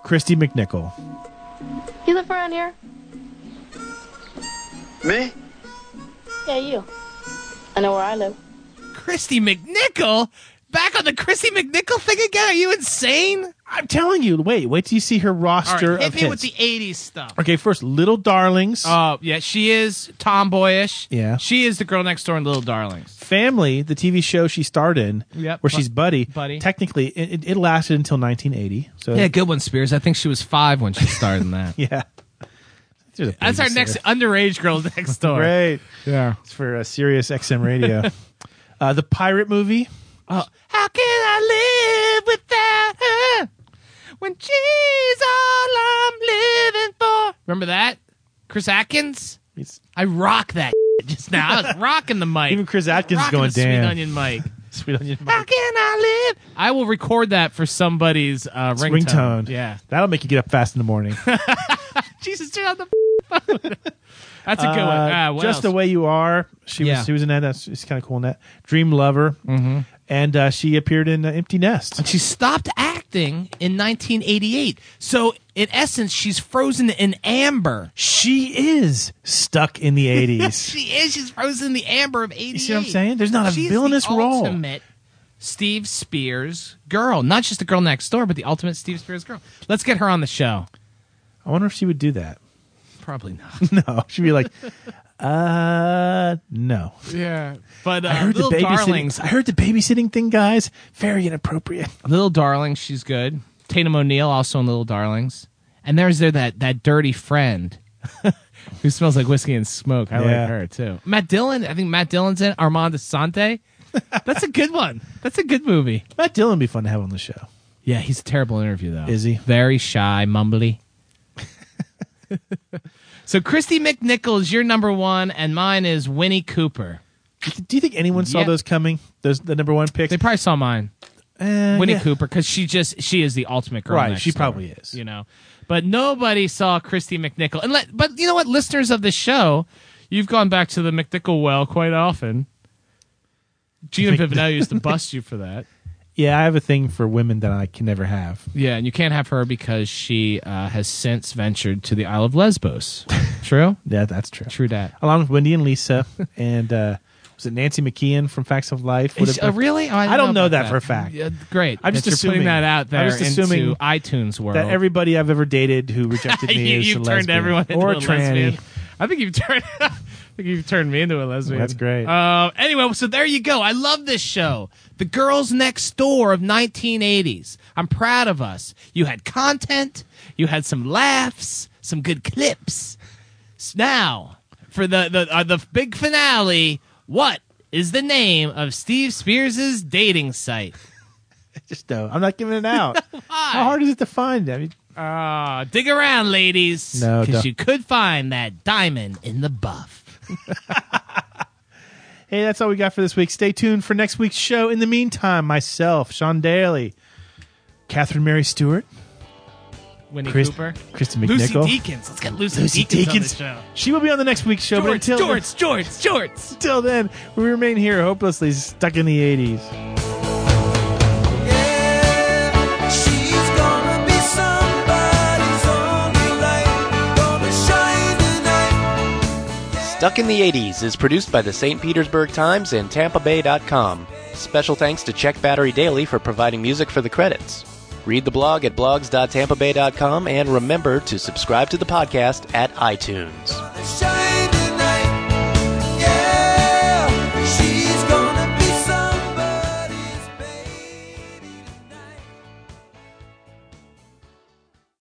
S3: Christy McNichol.
S4: You live around here?
S17: Me?
S4: Yeah, you. I know where I live.
S1: Christy McNichol back on the Christy McNichol thing again? Are you insane?
S3: I'm telling you. Wait, wait till you see her roster
S1: hit
S3: of
S1: me
S3: hits.
S1: with the '80s stuff.
S3: okay, first, Little Darlings.
S1: Oh yeah, she is tomboyish.
S3: Yeah.
S1: she is the girl next door in Little Darlings.
S3: Family, the TV show she starred in,
S1: Yep.
S3: where she's Buddy.
S1: Buddy.
S3: Technically, it, it, it lasted until 1980. So
S1: Yeah, good one, Spears. I think she was five when she starred in that.
S3: yeah. There's a
S1: [LAUGHS] That's our
S3: babysitter.
S1: next underage girl [LAUGHS] next door.
S3: Great.
S1: Yeah.
S3: It's for uh, Sirius
S1: [LAUGHS]
S3: XM Radio. uh, the Pirate movie.
S1: How can I live without her when she's all I'm living for? Remember that? Chris Atkins?
S3: It's-
S1: I rock that [LAUGHS] just now. I
S3: [LAUGHS]
S1: was rocking the mic.
S3: Even Chris Atkins is
S1: Rocking
S3: going,
S1: the
S3: damn.
S1: Sweet onion
S3: [LAUGHS]
S1: mic.
S3: Sweet Onion
S1: How can I live? I will record that for somebody's uh, ringtone.
S3: ringtone.
S1: Yeah. [LAUGHS]
S3: That'll make you get up fast in the morning.
S1: Jesus, turn
S3: [LAUGHS]
S1: on the [LAUGHS] phone. That's a good one.
S3: Uh,
S1: Uh, what
S3: Just
S1: else?
S3: the way you are. She
S1: Yeah.
S3: was she was in that. That's she's kind of cool in that. Dream Lover, mm-hmm. and uh, she appeared in uh, Empty Nest.
S1: She stopped acting in 1988. So, in essence, she's frozen in amber.
S3: She is stuck in the eighties.
S1: [LAUGHS] She is. She's frozen in the amber of 88. You
S3: see what I'm saying? There's not a villainous role.
S1: ultimate Steve Spears girl. Not just the girl next door, but the ultimate Steve Spears girl. Let's get her on the show.
S3: I wonder if she would do that. [LAUGHS]
S1: Probably not.
S3: no, she'd be like, uh, no.
S1: Yeah. But uh,
S3: I heard the
S1: Little
S3: babysitting.
S1: Darlings.
S3: I heard the babysitting thing, guys. Very inappropriate. [LAUGHS]
S1: Little Darlings, she's good. Tatum O'Neill also in Little Darlings. And there's there that, that dirty friend [LAUGHS] who smells like whiskey and smoke. I
S3: Yeah.
S1: like her too. Matt Dillon, I think Matt Dillon's in Armand
S3: [LAUGHS]
S1: Asante. That's a good one. That's a good movie.
S3: Matt Dillon would be fun to have on the show.
S1: Yeah, he's a terrible interview though.
S3: Is he?
S1: Very shy,
S3: [LAUGHS]
S1: mumbly. so Christy McNichol is your number one, and mine is Winnie Cooper.
S3: Do you think anyone saw
S1: Yeah.
S3: those coming? Those the number one picks.
S1: They probably saw mine,
S3: Uh,
S1: Winnie
S3: yeah.
S1: Cooper, because she just she is the ultimate girl.
S3: Right,
S1: next
S3: she
S1: door,
S3: probably is.
S1: You know, but nobody saw Christy McNichol. And let, but you know what, listeners of the show, you've gone back to the McNichol well quite often. Gina Vivanelli used
S3: [LAUGHS]
S1: to bust you for that.
S3: Yeah, I have a thing for women that I can never have.
S1: Yeah, and you can't have her because she uh, has since ventured to the Isle of
S3: [LAUGHS]
S1: Lesbos. True.
S3: Yeah, that's true.
S1: True dat.
S3: Along with Wendy
S1: [LAUGHS]
S3: and Lisa, and uh, was it Nancy McKeon from Facts of Life? Would
S1: Is-
S3: it-
S1: uh, really? Oh,
S3: I, don't know,
S1: about
S3: that, for a fact.
S1: Yeah, great.
S3: I'm just
S1: that you're
S3: assuming-
S1: putting that out there
S3: I'm just assuming
S1: into iTunes world.
S3: That everybody I've ever dated
S1: [LAUGHS]
S3: who rejected me
S1: you,
S3: is
S1: you've
S3: a
S1: turned
S3: lesbian
S1: everyone into
S3: or
S1: a
S3: tranny. [LAUGHS]
S1: lesbian. I think you've turned. [LAUGHS] I think you've turned me into a lesbian.
S3: That's great.
S1: Uh, anyway, so there you go. I love this show, The Girls Next Door of 1980s. I'm proud of us. You had content. You had some laughs. Some good clips. S- Now, for the the uh, the big finale, what is the name of Steve Spears' dating site?
S3: Just no, I'm not giving
S1: [LAUGHS]
S3: it out. How hard is it to find? I mean,
S1: Ah, dig around, ladies.
S3: No,
S1: because
S3: don't.
S1: you could find that diamond in the buff.
S3: hey, that's all we got for this week. Stay tuned for next week's show. In the meantime, myself, Sean Daly, Catherine Mary Stewart,
S1: Winnie
S3: Chris-
S1: Cooper,
S3: Christy
S1: Lucy
S3: McNichol.
S1: Deakins. Let's get Lucy,
S3: Lucy
S1: Deakins,
S3: Deakins.
S1: on
S3: She will be on the next week's show.
S1: the show. George,
S3: but until
S1: George, George, George.
S3: Until then, we remain here hopelessly stuck in the 80s.
S2: She's gonna be somebody's only light, gonna shine tonight.
S8: Stuck in the 80s is produced by the St. Petersburg Times and TampaBay.com. Special thanks to Check Battery Daily for providing music for the credits. Read the blog at blogs.tampabay.com and remember to subscribe to the podcast at iTunes.